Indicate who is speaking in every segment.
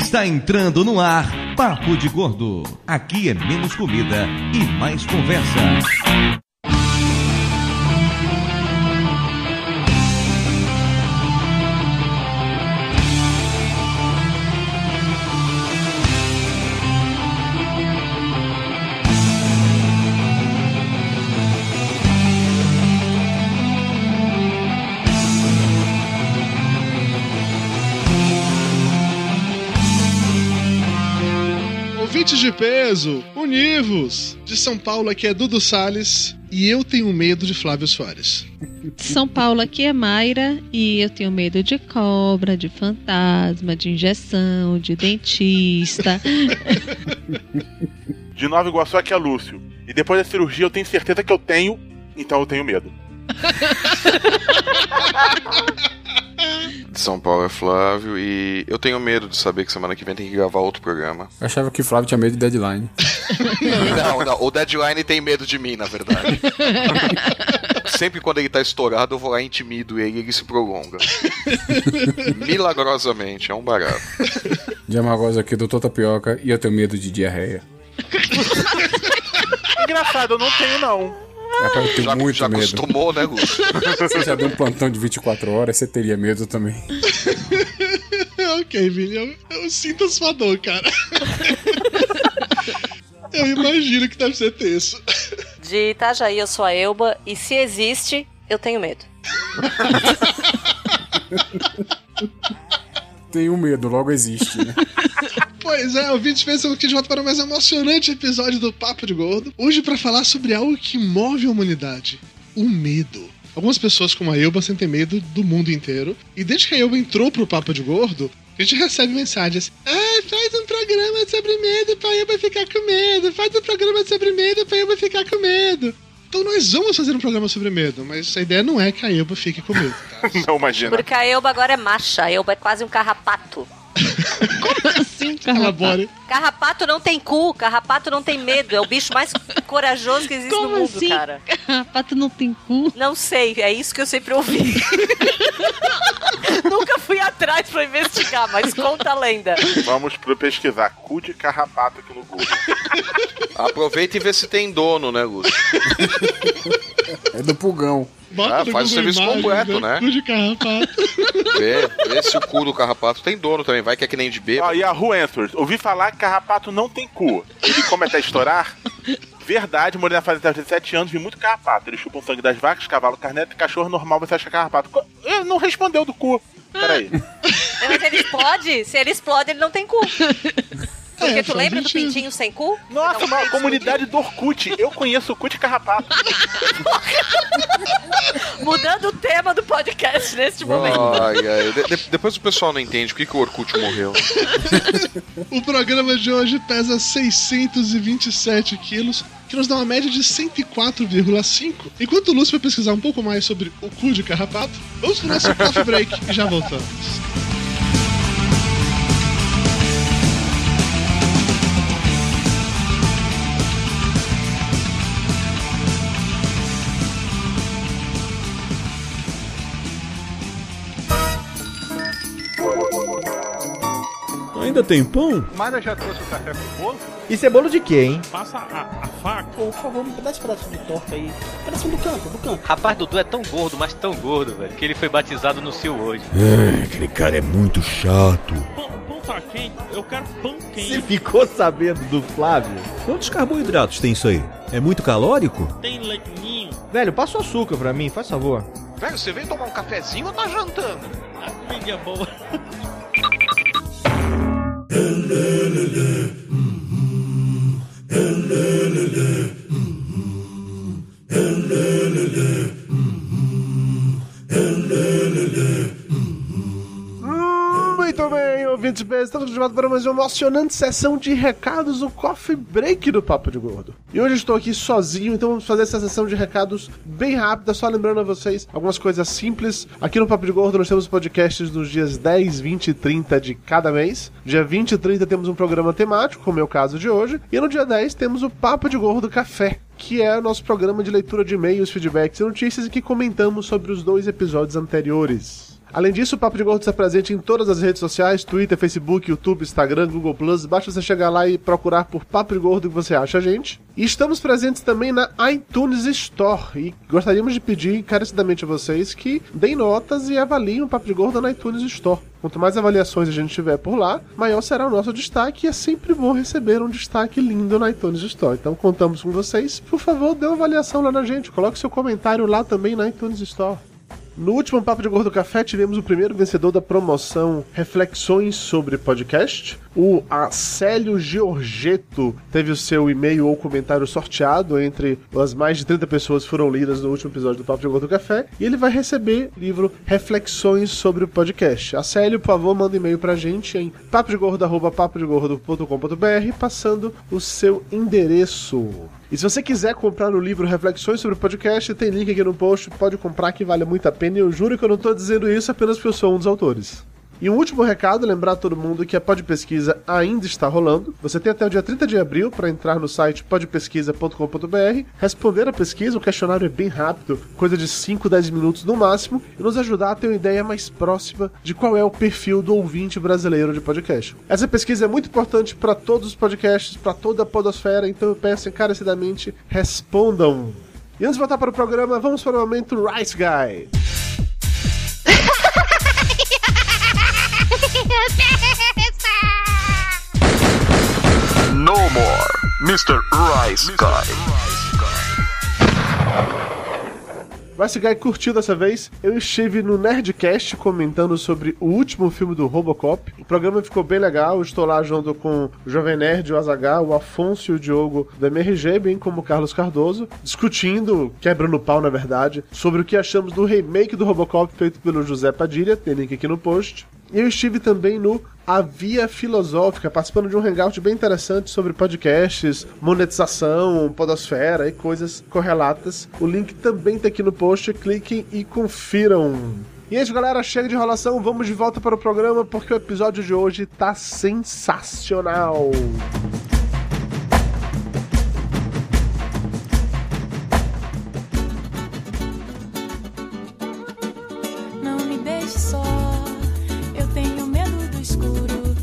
Speaker 1: Está entrando no ar Papo de Gordo. Aqui é menos comida e mais conversa.
Speaker 2: Ouvintes de peso, univos! De São Paulo aqui é Dudu Salles e eu tenho medo de Flávio Soares.
Speaker 3: São Paulo aqui é Mayra e eu tenho medo de cobra, de fantasma, de injeção, de dentista.
Speaker 4: De Nova Iguaçu aqui é Lúcio. E depois da cirurgia eu tenho certeza que eu tenho, então eu tenho medo.
Speaker 5: De São Paulo é Flávio e eu tenho medo de saber que semana que vem tem que gravar outro programa.
Speaker 6: Eu achava que o Flávio tinha medo de deadline.
Speaker 5: Não, não, o Deadline tem medo de mim, na verdade. Sempre quando ele tá estourado, eu vou lá e intimido ele e ele se prolonga. Milagrosamente, é um barato.
Speaker 6: De Amagosa aqui, doutor Tapioca, e eu tenho medo de diarreia.
Speaker 4: Engraçado, eu não tenho, não.
Speaker 6: É pra eu ter
Speaker 5: Já,
Speaker 6: muito
Speaker 5: já
Speaker 6: medo.
Speaker 5: acostumou, né, Lúcio?
Speaker 6: Você já deu um plantão de 24 horas, você teria medo também.
Speaker 2: ok, Vini, eu, eu sinto a sua dor, cara. eu imagino que deve ser tenso.
Speaker 7: De Itajaí, eu sou a Elba, e se existe, eu tenho medo.
Speaker 6: Tenho medo, logo existe, né?
Speaker 2: Pois é, ouvintes de peso, aqui de volta para mais emocionante episódio do Papo de Gordo. Hoje para falar sobre algo que move a humanidade, o medo. Algumas pessoas como a Elba sentem medo do mundo inteiro. E desde que a Elba entrou pro Papo de Gordo, a gente recebe mensagens. Ah, faz um programa sobre medo pra Elba ficar com medo. Faz um programa sobre medo pra Elba ficar com medo. Então nós vamos fazer um programa sobre medo, mas a ideia não é que a Elba fique com medo, tá?
Speaker 4: Não imagina.
Speaker 7: Porque a Elba agora é macha, a Elba é quase um carrapato.
Speaker 3: assim, Carla.
Speaker 2: Elabore.
Speaker 7: Carrapato não tem cu, carrapato não tem medo, é o bicho mais corajoso que existe
Speaker 3: Como
Speaker 7: no mundo,
Speaker 3: assim?
Speaker 7: cara.
Speaker 3: Pato não tem cu.
Speaker 7: Não sei, é isso que eu sempre ouvi. Nunca fui atrás pra investigar, mas conta a lenda.
Speaker 4: Vamos pro pesquisar. Cu de carrapato aqui no Google.
Speaker 5: Aproveita e vê se tem dono, né, Lúcio?
Speaker 6: É do pulgão.
Speaker 2: Bota
Speaker 5: Ah,
Speaker 2: no
Speaker 5: faz o
Speaker 2: Google
Speaker 5: serviço
Speaker 2: Imagens,
Speaker 5: completo, né?
Speaker 2: cu de carrapato.
Speaker 5: Vê, vê se o cu do carrapato tem dono também. Vai que é que nem de B.
Speaker 4: Ó, Yahoo Answers. Ouvi falar que carrapato não tem cu. E como é até estourar? Verdade, morei na fazenda até os 17 anos, vi muito carrapato. Eles chupam sangue das vacas, cavalo, carneto e cachorro normal, você acha carrapato. Co- Ele não respondeu do cu. Peraí.
Speaker 7: Mas ele explode? Se ele explode, ele não tem cu. Porque
Speaker 2: É,
Speaker 7: tu
Speaker 2: faz
Speaker 7: lembra do
Speaker 2: sentido.
Speaker 7: pintinho sem cu?
Speaker 4: Nossa,
Speaker 7: Não,
Speaker 4: uma
Speaker 7: tem
Speaker 4: comunidade do Orkut. Eu conheço o cu de carrapato.
Speaker 7: discutido. Mudando o tema do podcast neste momento.
Speaker 5: Ai, ai. De- de- depois o pessoal não entende por que, que o Orkut morreu.
Speaker 2: O programa de hoje pesa 627 quilos, que nos dá uma média de 104,5. Enquanto o Lúcio vai pesquisar um pouco mais sobre o cu de carrapato, vamos pro nosso coffee break e já voltamos.
Speaker 8: Ainda tem pão?
Speaker 4: Mara já trouxe o café pro bolo?
Speaker 9: Isso é bolo de quê, hein?
Speaker 8: Passa a, a faca.
Speaker 10: Pô, por favor, me dá esse pedaço de torta aí. Pedaço do canto, do canto.
Speaker 9: Rapaz, Dudu é tão gordo, mas tão gordo, velho, que ele foi batizado no Sil hoje.
Speaker 8: aquele cara é muito chato. Pão, pão tá quente? Eu quero pão
Speaker 9: Você
Speaker 8: quente.
Speaker 9: ficou sabendo do Flávio?
Speaker 1: Quantos carboidratos tem isso aí? É muito calórico?
Speaker 8: Tem leitinho.
Speaker 9: Velho, passa o açúcar pra mim, faz favor.
Speaker 5: Velho, você veio tomar um cafezinho ou tá jantando?
Speaker 8: Mídia boa.
Speaker 10: Muito bem, ouvintes bem, estamos de volta para mais uma emocionante sessão de recados, o Coffee Break do Papo de Gordo. E hoje eu estou aqui sozinho, então vamos fazer essa sessão de recados bem rápida, só lembrando a vocês algumas coisas simples. Aqui no Papo de Gordo nós temos podcasts nos dias 10, 20 e 30 de cada mês. Dia 20 e 30 temos um programa temático, como é o caso de hoje. E no dia 10 temos o Papo de Gordo Café, que é o nosso programa de leitura de e-mails, feedbacks e notícias em que comentamos sobre os dois episódios anteriores.
Speaker 2: Além disso, o Papo de Gordo está presente em todas as redes sociais: Twitter, Facebook, YouTube, Instagram, Google Plus. Basta você chegar lá e procurar por Papo de Gordo que você acha a gente. E estamos presentes também na iTunes Store. E gostaríamos de pedir encarecidamente a vocês que deem notas e avaliem o Papo de Gordo na iTunes Store. Quanto mais avaliações a gente tiver por lá, maior será o nosso destaque e é sempre bom receber um destaque lindo na iTunes Store. Então contamos com vocês. Por favor, dê uma avaliação lá na gente. Coloque seu comentário lá também na iTunes Store. No último Papo de Gordo Café, tivemos o primeiro vencedor da promoção Reflexões sobre Podcast. O Acélio Giorgetto teve o seu e-mail ou comentário sorteado entre as mais de 30 pessoas que foram lidas no último episódio do Papo de Gordo Café. E ele vai receber o livro Reflexões sobre o Podcast. Acélio, por favor, manda e-mail pra gente em papodegordo.com.br passando o seu endereço. E se você quiser comprar o livro Reflexões sobre o Podcast, tem link aqui no post, pode comprar que vale muito a pena. E eu juro que eu não tô dizendo isso apenas porque eu sou um dos autores. E um último recado, lembrar a todo mundo que a Pod Pesquisa ainda está rolando. Você tem até o dia 30 de abril para entrar no site podpesquisa.com.br, responder a pesquisa, o questionário é bem rápido, coisa de 5, 10 minutos no máximo, e nos ajudar a ter uma ideia mais próxima de qual é o perfil do ouvinte brasileiro de podcast. Essa pesquisa é muito importante para todos os podcasts, para toda a podosfera, então eu peço encarecidamente, respondam. E antes de voltar para o programa, vamos para o momento Rice Guy.
Speaker 11: No more, Mr. Rice Guy.
Speaker 2: Rice Guy curtiu dessa vez. Eu estive no Nerdcast comentando sobre o último filme do Robocop. O programa ficou bem legal. Eu estou lá junto com o Jovem Nerd, o Azagal, o Afonso e o Diogo do MRG, bem como o Carlos Cardoso, discutindo, quebrando pau na verdade, sobre o que achamos do remake do Robocop feito pelo José Padilha. Tem link aqui no post. E eu estive também no A Via Filosófica, participando de um hangout bem interessante sobre podcasts, monetização, podosfera e coisas correlatas. O link também tá aqui no post, cliquem e confiram. E é isso, galera. Chega de enrolação, vamos de volta para o programa porque o episódio de hoje tá sensacional.
Speaker 12: Não me deixe só. Eu tenho medo do escuro.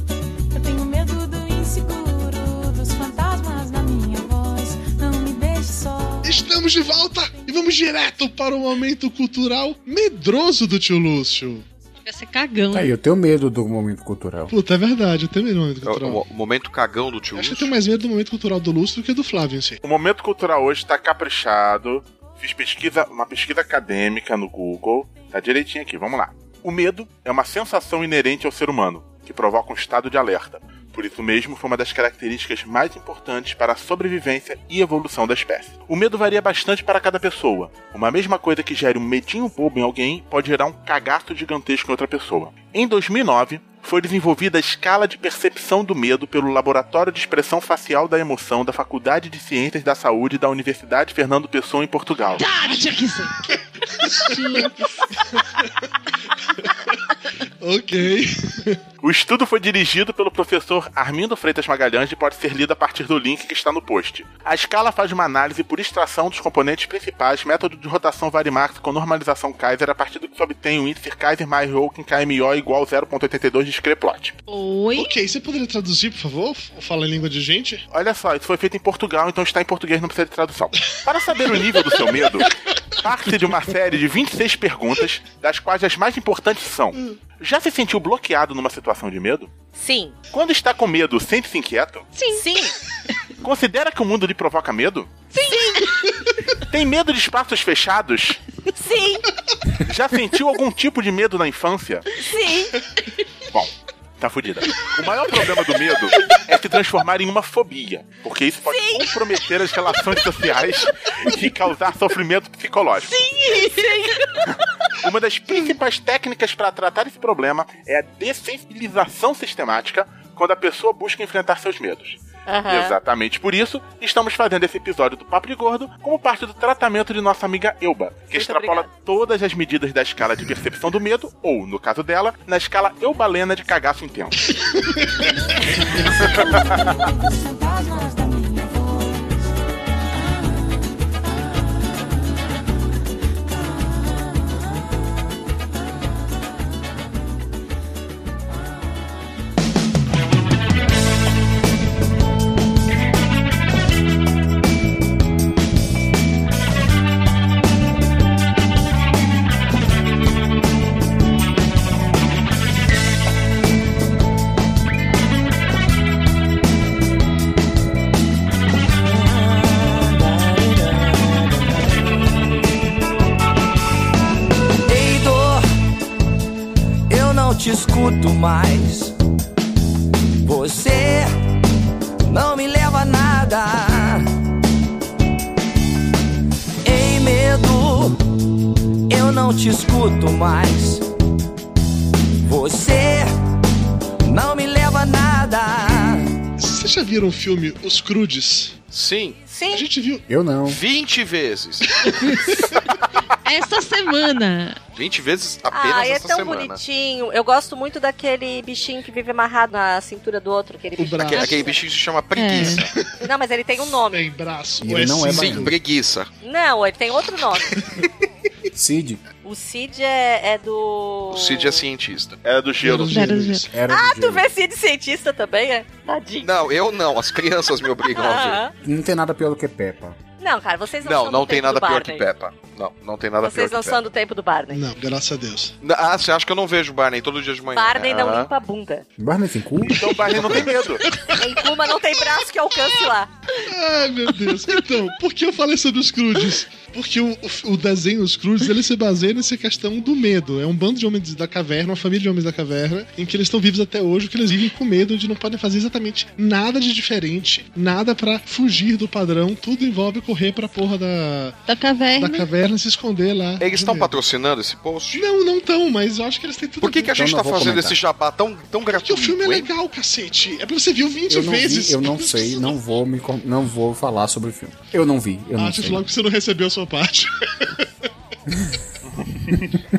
Speaker 12: Eu tenho medo do inseguro. Dos fantasmas na minha voz. Não me deixe só.
Speaker 5: Estamos de volta e vamos direto para o momento cultural medroso do tio Lúcio.
Speaker 3: Vai ser cagão.
Speaker 6: Tá Aí, eu tenho medo do momento cultural.
Speaker 5: Puta, é verdade, eu tenho medo do momento
Speaker 11: É
Speaker 5: cultural.
Speaker 11: O, o momento cagão do tio
Speaker 5: Eu acho que eu
Speaker 11: Lúcio.
Speaker 5: tenho mais medo do momento cultural do Lúcio do que do Flávio em si.
Speaker 4: O momento cultural hoje tá caprichado. Fiz pesquisa, uma pesquisa acadêmica no Google. Tá direitinho aqui, vamos lá. O medo é uma sensação inerente ao ser humano, que provoca um estado de alerta. Por isso mesmo, foi uma das características mais importantes para a sobrevivência e evolução da espécie. O medo varia bastante para cada pessoa. Uma mesma coisa que gere um medinho bobo em alguém pode gerar um cagaço gigantesco em outra pessoa. Em 2009, foi desenvolvida a escala de percepção do medo pelo Laboratório de Expressão Facial da Emoção da Faculdade de Ciências da Saúde da Universidade Fernando Pessoa, em Portugal.
Speaker 3: Ah, tinha que ser.
Speaker 5: Ok.
Speaker 4: O estudo foi dirigido pelo professor Armindo Freitas Magalhães e pode ser lido a partir do link que está no post. A escala faz uma análise por extração dos componentes principais, método de rotação Varimax com normalização Kaiser, a partir do que se obtém o índice Kaiser mais Hawking KMO igual 0.82 de Screplot.
Speaker 3: Oi.
Speaker 5: Ok, você poderia traduzir, por favor? Ou Fala em língua de gente?
Speaker 4: Olha só, isso foi feito em Portugal, então está em português, não precisa de tradução. Para saber o nível do seu medo, parte de uma série de 26 perguntas, das quais as mais importantes são: Já se sentiu bloqueado numa situação de medo?
Speaker 7: Sim.
Speaker 4: Quando está com medo, sente-se inquieto?
Speaker 7: Sim. Sim.
Speaker 4: Considera que o mundo lhe provoca medo? Sim! Tem medo de espaços fechados?
Speaker 7: Sim.
Speaker 4: Já sentiu algum tipo de medo na infância?
Speaker 7: Sim.
Speaker 4: Bom, tá fudida. O maior problema do medo é se transformar em uma fobia, porque isso pode comprometer as relações sociais e causar sofrimento psicológico. Uma das principais técnicas para tratar esse problema é a dessensibilização sistemática quando a pessoa busca enfrentar seus medos.
Speaker 7: Aham.
Speaker 4: Exatamente por isso, estamos fazendo esse episódio do Papo de Gordo como parte do tratamento de nossa amiga Elba, que
Speaker 7: Muito
Speaker 4: extrapola todas as medidas da escala de percepção do medo, ou, no caso dela, na escala Eubalena de cagaço intenso.
Speaker 12: Dos fantasmas da minha voz. Ah, ah, ah, ah, ah.
Speaker 13: te escuto mais. Você não me leva a nada. Ei, medo, eu não te escuto mais. Você não me leva a nada.
Speaker 2: Vocês já viram o filme Os Crudes?
Speaker 5: Sim.
Speaker 2: Sim. A gente viu.
Speaker 6: Eu não.
Speaker 5: 20 vezes.
Speaker 3: Essa semana.
Speaker 5: 20 vezes tá apenas
Speaker 7: Ah, é
Speaker 5: essa
Speaker 7: tão
Speaker 5: semana.
Speaker 7: bonitinho. Eu gosto muito daquele bichinho que vive amarrado na cintura do outro. Aquele bichinho.
Speaker 5: Aquele, aquele bichinho se chama preguiça.
Speaker 7: Não, mas ele tem um nome.
Speaker 2: Tem braço.
Speaker 6: E ele não é
Speaker 5: Sim,
Speaker 6: barrigudo.
Speaker 5: preguiça.
Speaker 7: Não, ele tem outro nome.
Speaker 6: Cid.
Speaker 7: O Cid é, é do.
Speaker 5: O Cid é cientista.
Speaker 4: Era do Gelo.
Speaker 6: Era
Speaker 7: Ah,
Speaker 6: do
Speaker 7: tu
Speaker 6: Gelo.
Speaker 7: vê Cid cientista também, é? Tadinho.
Speaker 5: Não, eu não. As crianças me obrigam a
Speaker 7: Ah,
Speaker 5: ver.
Speaker 6: Não tem nada pior do que Peppa.
Speaker 7: Não, cara, vocês não,
Speaker 5: Não,
Speaker 7: são
Speaker 5: não
Speaker 7: do
Speaker 5: tem
Speaker 7: tempo
Speaker 5: nada
Speaker 7: do
Speaker 5: pior que
Speaker 7: Barney.
Speaker 5: Peppa. Não, não tem nada pior
Speaker 7: Vocês
Speaker 5: que
Speaker 7: não são
Speaker 5: Peppa.
Speaker 7: do tempo do Barney.
Speaker 2: Não, graças a Deus.
Speaker 5: Ah, você acha que eu não vejo o Barney todo dia de manhã?
Speaker 7: Barney não
Speaker 5: Ah.
Speaker 7: limpa a bunda.
Speaker 6: Barney tem cu?
Speaker 4: Então o Barney não tem medo.
Speaker 7: Em Kuma não tem braço que alcance lá.
Speaker 2: Ai, meu Deus. Então, por que eu falei sobre os crudes? Porque o, o desenho Os Crudes, ele se baseia nessa questão do medo. É um bando de homens da caverna, uma família de homens da caverna, em que eles estão vivos até hoje, que eles vivem com medo, onde não podem fazer exatamente nada de diferente, nada pra fugir do padrão, tudo envolve correr pra porra da,
Speaker 3: Da caverna.
Speaker 2: da caverna e se esconder lá.
Speaker 5: Eles
Speaker 2: de
Speaker 5: estão
Speaker 2: medo.
Speaker 5: patrocinando esse post?
Speaker 2: Não, não estão, mas eu acho que eles têm tudo
Speaker 5: Por que, que a
Speaker 6: Então
Speaker 5: gente
Speaker 6: não
Speaker 5: tá
Speaker 6: vou
Speaker 5: fazendo
Speaker 6: comentar.
Speaker 5: esse jabá tão, tão
Speaker 2: Porque
Speaker 5: gratuito?
Speaker 2: o filme é
Speaker 5: hein?
Speaker 2: legal, cacete. É pra você viu 20
Speaker 6: Eu não,
Speaker 2: vezes. Ah,
Speaker 6: vi, eu não sei, não vou me con- não vou falar sobre o filme. Eu não vi, eu não
Speaker 2: Acho
Speaker 6: sei.
Speaker 2: logo Ah, que você não recebeu a sua parte.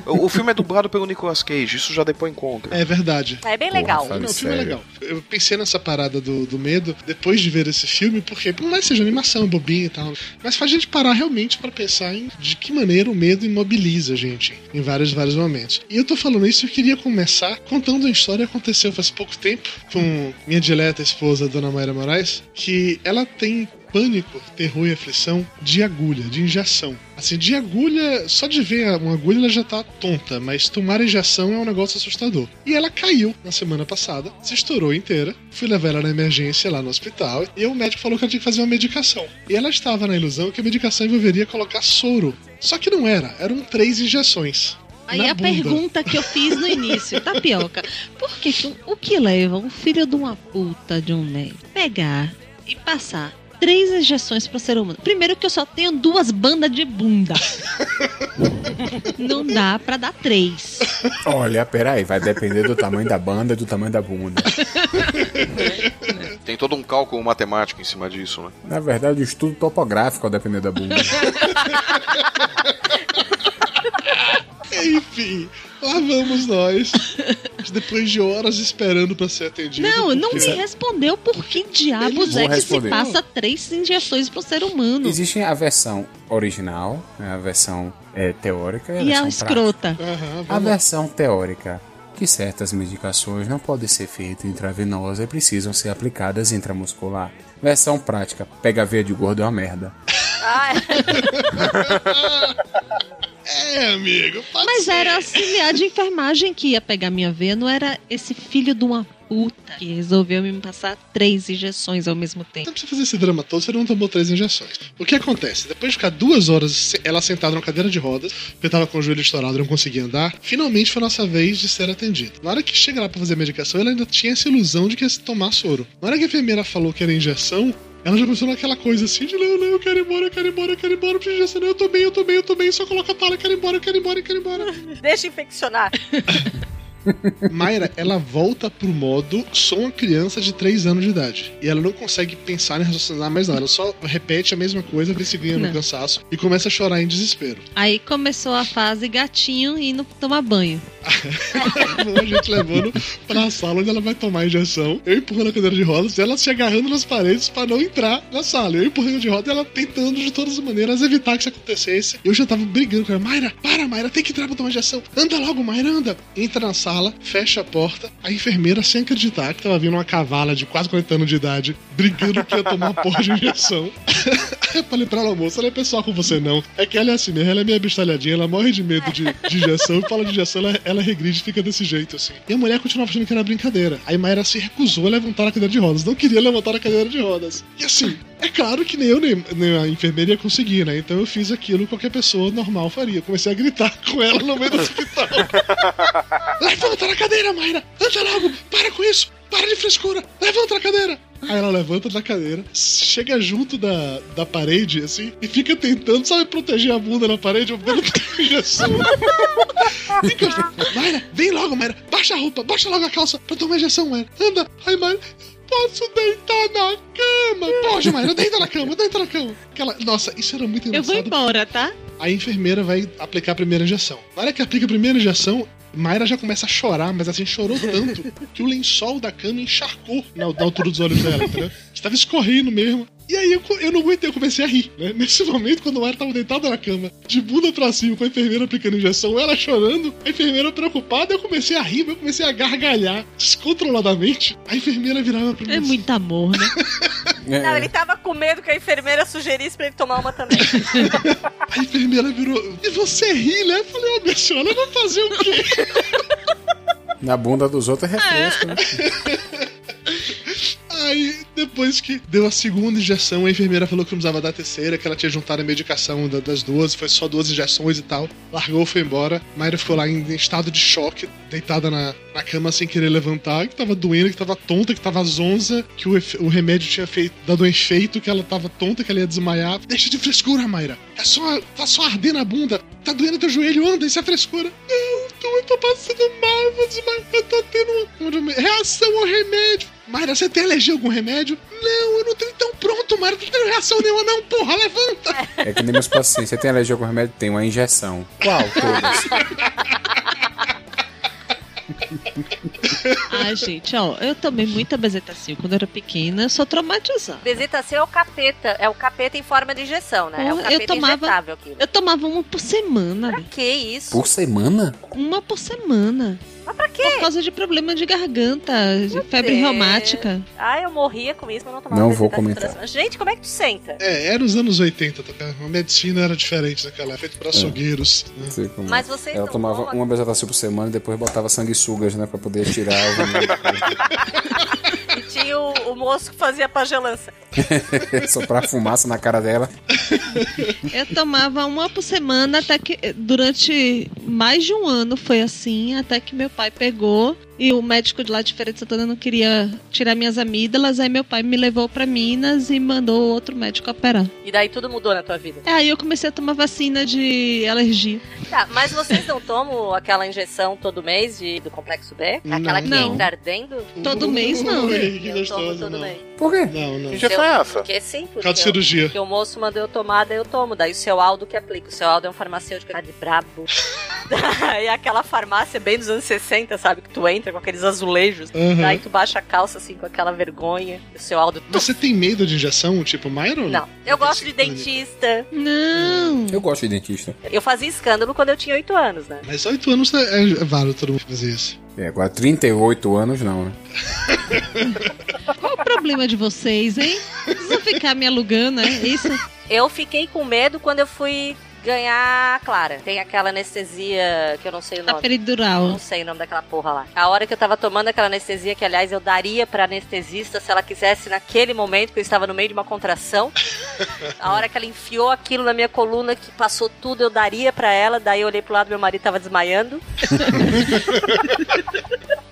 Speaker 5: O o filme é dublado pelo Nicolas Cage, isso já depois encontra.
Speaker 2: É verdade.
Speaker 7: É bem
Speaker 6: Porra,
Speaker 7: legal.
Speaker 6: sabe,
Speaker 2: Não, o filme é
Speaker 6: sério.
Speaker 2: legal. Eu pensei nessa parada do, do medo depois de ver esse filme, porque por mais que seja animação, bobinha e tal, mas faz a gente parar realmente pra pensar em de que maneira o medo imobiliza a gente em vários, vários momentos. E eu tô falando isso, eu queria começar contando uma história que aconteceu faz pouco tempo com minha dileta esposa, Dona Mayra Moraes, que ela tem pânico, terror e aflição de agulha, de injeção. Assim, de agulha, só de ver uma agulha ela já tá tonta, mas tomar injeção é um negócio assustador. E ela caiu na semana passada, se estourou inteira, fui levar ela na emergência lá no hospital e o médico falou que ela tinha que fazer uma medicação. E ela estava na ilusão que a medicação envolveria colocar soro. Só que não era, eram três injeções.
Speaker 3: Aí
Speaker 2: Na
Speaker 3: a
Speaker 2: bunda.
Speaker 3: pergunta que eu fiz no início, tapioca. Por que, que o que leva um filho de uma puta de um médico pegar e passar três injeções para ser humano? Primeiro que eu só tenho duas bandas de bunda. Não dá pra dar três.
Speaker 6: Olha, peraí, vai depender do tamanho da banda e do tamanho da bunda.
Speaker 5: Tem todo um cálculo matemático em cima disso, né?
Speaker 6: Na verdade, o estudo topográfico vai depender da bunda.
Speaker 2: Enfim, lá vamos nós. Depois de horas esperando pra ser atendido.
Speaker 3: Não, não
Speaker 2: porque-
Speaker 3: me respondeu por que diabos
Speaker 6: Vou
Speaker 3: é que
Speaker 6: responder.
Speaker 3: se passa três injeções pro ser humano.
Speaker 6: Existe a versão original, né, a versão é, teórica e a
Speaker 3: E um a
Speaker 6: versão prática.
Speaker 3: escrota.
Speaker 2: Aham,
Speaker 6: A
Speaker 2: vamos lá.
Speaker 6: versão teórica, que certas medicações não podem ser feitas intravenosa e precisam ser aplicadas intramuscular. Versão prática, pega a veia de gordo é uma merda.
Speaker 7: Ah,
Speaker 2: É, amigo, pode
Speaker 3: Mas
Speaker 2: ser.
Speaker 3: era auxiliar de enfermagem que ia pegar minha veia, não era esse filho de uma puta que resolveu me passar três injeções ao mesmo tempo.
Speaker 2: Não precisa Então, fazer esse drama todo, você não tomou três injeções. O que acontece? Depois de ficar duas horas se- ela sentada na cadeira de rodas, porque eu tava com o joelho estourado e não conseguia andar, finalmente foi a nossa vez de ser atendida. Na hora que chega lá pra fazer a medicação, ela ainda tinha essa ilusão de que ia se tomar soro. Na hora que a enfermeira falou que era injeção, ela já começou naquela coisa assim de não, não, eu quero ir embora, eu quero ir embora, eu quero ir embora, eu preciso de injeção, não, eu tô bem, eu tô bem, eu tô bem, só coloca a tala, eu quero ir embora, eu quero ir embora, eu quero ir embora.
Speaker 7: deixa infeccionar.
Speaker 2: Mayra, ela volta pro modo sou uma criança de 3 anos de idade. E ela não consegue pensar nem raciocinar mais nada. Ela só repete a mesma coisa, vê se ganha no
Speaker 3: Não.
Speaker 2: cansaço e começa a chorar em desespero.
Speaker 3: Aí começou a fase gatinho indo tomar banho.
Speaker 2: a gente levando pra sala onde ela vai tomar a injeção. Eu empurrando a cadeira de rodas, ela se agarrando nas paredes pra não entrar na sala. Eu empurrando de rodas, ela tentando de todas as maneiras evitar que isso acontecesse. Eu já tava brigando com ela. Mayra, para, Mayra, tem que entrar pra tomar a injeção. Anda logo, Mayra, anda. Entra na sala, fecha a porta. A enfermeira, sem acreditar que tava vindo uma cavala de quase 40 anos de idade, brigando que ia tomar a porra de injeção. Eu falei pra ela, moça, ela é pessoal com você, não. É que ela é assim mesmo, ela é meio abestalhadinha, ela morre de medo de, de injeção. E fala de injeção, ela, ela regride e fica desse jeito, assim. E a mulher continuava achando que era brincadeira. Aí Mayra se recusou a levantar a cadeira de rodas. Não queria levantar a cadeira de rodas. E assim, É claro que nem eu, nem, nem a enfermeira ia conseguir, né? Então eu fiz aquilo que qualquer pessoa normal faria. Comecei a gritar com ela no meio do hospital. Levanta da cadeira, Mayra! Anda logo! Para com isso! Para de frescura! Levanta da cadeira! Aí ela levanta da cadeira, chega junto da, da parede, assim, e fica tentando, sabe, proteger a bunda na parede, o dedo injeção. Fica, Mayra, vem logo, Mayra, baixa a roupa, baixa logo a calça pra tomar injeção, Mayra. Anda, ai, Mayra, posso deitar na cama. Pode, Mayra, deita na cama, deita na cama. Aquela... Nossa, isso era muito
Speaker 3: Eu
Speaker 2: engraçado.
Speaker 3: vou embora, tá?
Speaker 2: A enfermeira vai aplicar a primeira injeção. Na hora que aplica a primeira injeção, Mayra já começa a chorar, mas assim, chorou tanto que o lençol da cama encharcou na, na altura dos olhos dela, entendeu? Estava escorrendo mesmo. E aí eu, co- eu não aguentei, eu comecei a rir, né? Nesse momento, quando a Mayra tava deitada na cama, de bunda pra cima, com a enfermeira aplicando injeção, ela chorando, a enfermeira preocupada, eu comecei a rir, eu comecei a gargalhar descontroladamente. A enfermeira virava pra mim. É muito
Speaker 3: amor, né?
Speaker 6: É,
Speaker 7: Não, ele tava com medo que a enfermeira sugerisse pra ele tomar uma também.
Speaker 2: A enfermeira virou. E você ri, né? Eu falei, ó, minha senhora, eu vou fazer o quê?
Speaker 6: Na bunda dos outros é refresco, né?
Speaker 2: Aí, depois que deu a segunda injeção, a enfermeira falou que não precisava da terceira, que ela tinha juntado a medicação da- das duas, foi só duas injeções e tal. Largou, foi embora. Mayra ficou lá em estado de choque, deitada na, na cama sem querer levantar, que tava doendo, que tava tonta, que tava zonza, que o, efe- o remédio tinha feito, dado um efeito, que ela tava tonta, que ela ia desmaiar. Deixa de frescura, Mayra. É só, tá só ardendo a bunda. Tá doendo teu joelho, anda, isso é frescura. Não, tô, eu tô passando mal, eu vou desmaiar, eu tô tendo uma- uma reação ao remédio. Mayra, você tem alergia a algum remédio? Não, eu não tenho. Então pronto, Mayra, não tenho reação nenhuma não, porra, levanta.
Speaker 6: É que nem meus pacientes. Você tem alergia com remédio? Tem uma injeção. Qual? Todas.
Speaker 3: Ai, gente, ó, eu tomei muita bezetacil quando eu era pequena, eu sou traumatizada.
Speaker 7: Bezetacil é o capeta, é o capeta em forma de injeção, né? É o
Speaker 3: Eu
Speaker 7: capeta
Speaker 3: tomava-
Speaker 7: injetável aquilo.
Speaker 3: Eu tomava uma por semana. Pra
Speaker 7: que isso?
Speaker 6: Por semana?
Speaker 3: Uma por semana.
Speaker 7: Mas pra quê?
Speaker 3: Por causa de problema de garganta, de febre
Speaker 7: Deus.
Speaker 3: reumática.
Speaker 7: Ah, eu morria com isso, mas não tomava
Speaker 6: Não vou
Speaker 7: Bezetacil
Speaker 6: comentar.
Speaker 7: toda semana. Gente, como é que tu senta?
Speaker 2: É, era os anos 80, tá? a medicina era diferente daquela, era feito pra açougueiros. né?
Speaker 6: Sei como é.
Speaker 7: Mas vocês
Speaker 6: Ela
Speaker 7: não
Speaker 6: tomava
Speaker 7: tomam-
Speaker 6: uma bezetacil por semana e depois botava sanguessugas, né? Pra poder tirar o veneno. um-
Speaker 7: E tinha o, o moço que fazia pagelança.
Speaker 6: Soprar fumaça na cara dela.
Speaker 3: Eu tomava uma por semana até que eh, durante mais de um ano foi assim, até que meu pai pegou e o médico de lá de Feira de Santana não queria tirar minhas amígdalas, aí meu pai me levou pra Minas e mandou outro médico operar.
Speaker 7: E daí tudo mudou na tua vida.
Speaker 3: É, aí eu comecei a tomar vacina de alergia.
Speaker 7: Tá, mas vocês não tomam aquela injeção todo mês de, do complexo B? Aquela que
Speaker 3: Não.
Speaker 7: ainda ardendo?
Speaker 3: Todo mês, não.
Speaker 2: Ui, que
Speaker 7: né? Eu tomo todo
Speaker 2: não.
Speaker 7: mês.
Speaker 6: Por quê?
Speaker 2: Não, não.
Speaker 6: é
Speaker 7: Porque sim, porque,
Speaker 2: causa de
Speaker 7: eu-
Speaker 2: cirurgia.
Speaker 7: porque o moço mandou eu tomar, daí eu tomo. Daí o seu Aldo que aplica. O seu Aldo é um farmacêutico tá de brabo. daí aquela farmácia bem dos anos 60, sabe? Que tu entra com aqueles azulejos.
Speaker 2: Uhum.
Speaker 7: Daí tu baixa a calça assim com aquela vergonha. O seu Aldo.
Speaker 2: Você tem medo de injeção, tipo Myron?
Speaker 7: Não, eu gosto de dentista.
Speaker 3: Não.
Speaker 6: Eu gosto de dentista.
Speaker 7: Eu fazia escândalo quando eu tinha 8 anos, né?
Speaker 2: Mas 8 anos é, é válido todo mundo fazer isso.
Speaker 6: É, agora 38 anos não, né?
Speaker 3: Qual o problema de vocês, hein? Precisam ficar me alugando, é isso?
Speaker 7: Eu fiquei com medo quando eu fui ganhar a Clara. Tem aquela anestesia que eu não sei o nome.
Speaker 3: tá peridural.
Speaker 7: Não sei o nome daquela porra lá. A hora que eu tava tomando aquela anestesia, que aliás eu daria pra anestesista se ela quisesse naquele momento, que eu estava no meio de uma contração. A hora que ela enfiou aquilo na minha coluna, que passou tudo, eu daria pra ela. Daí eu olhei pro lado, meu marido tava desmaiando.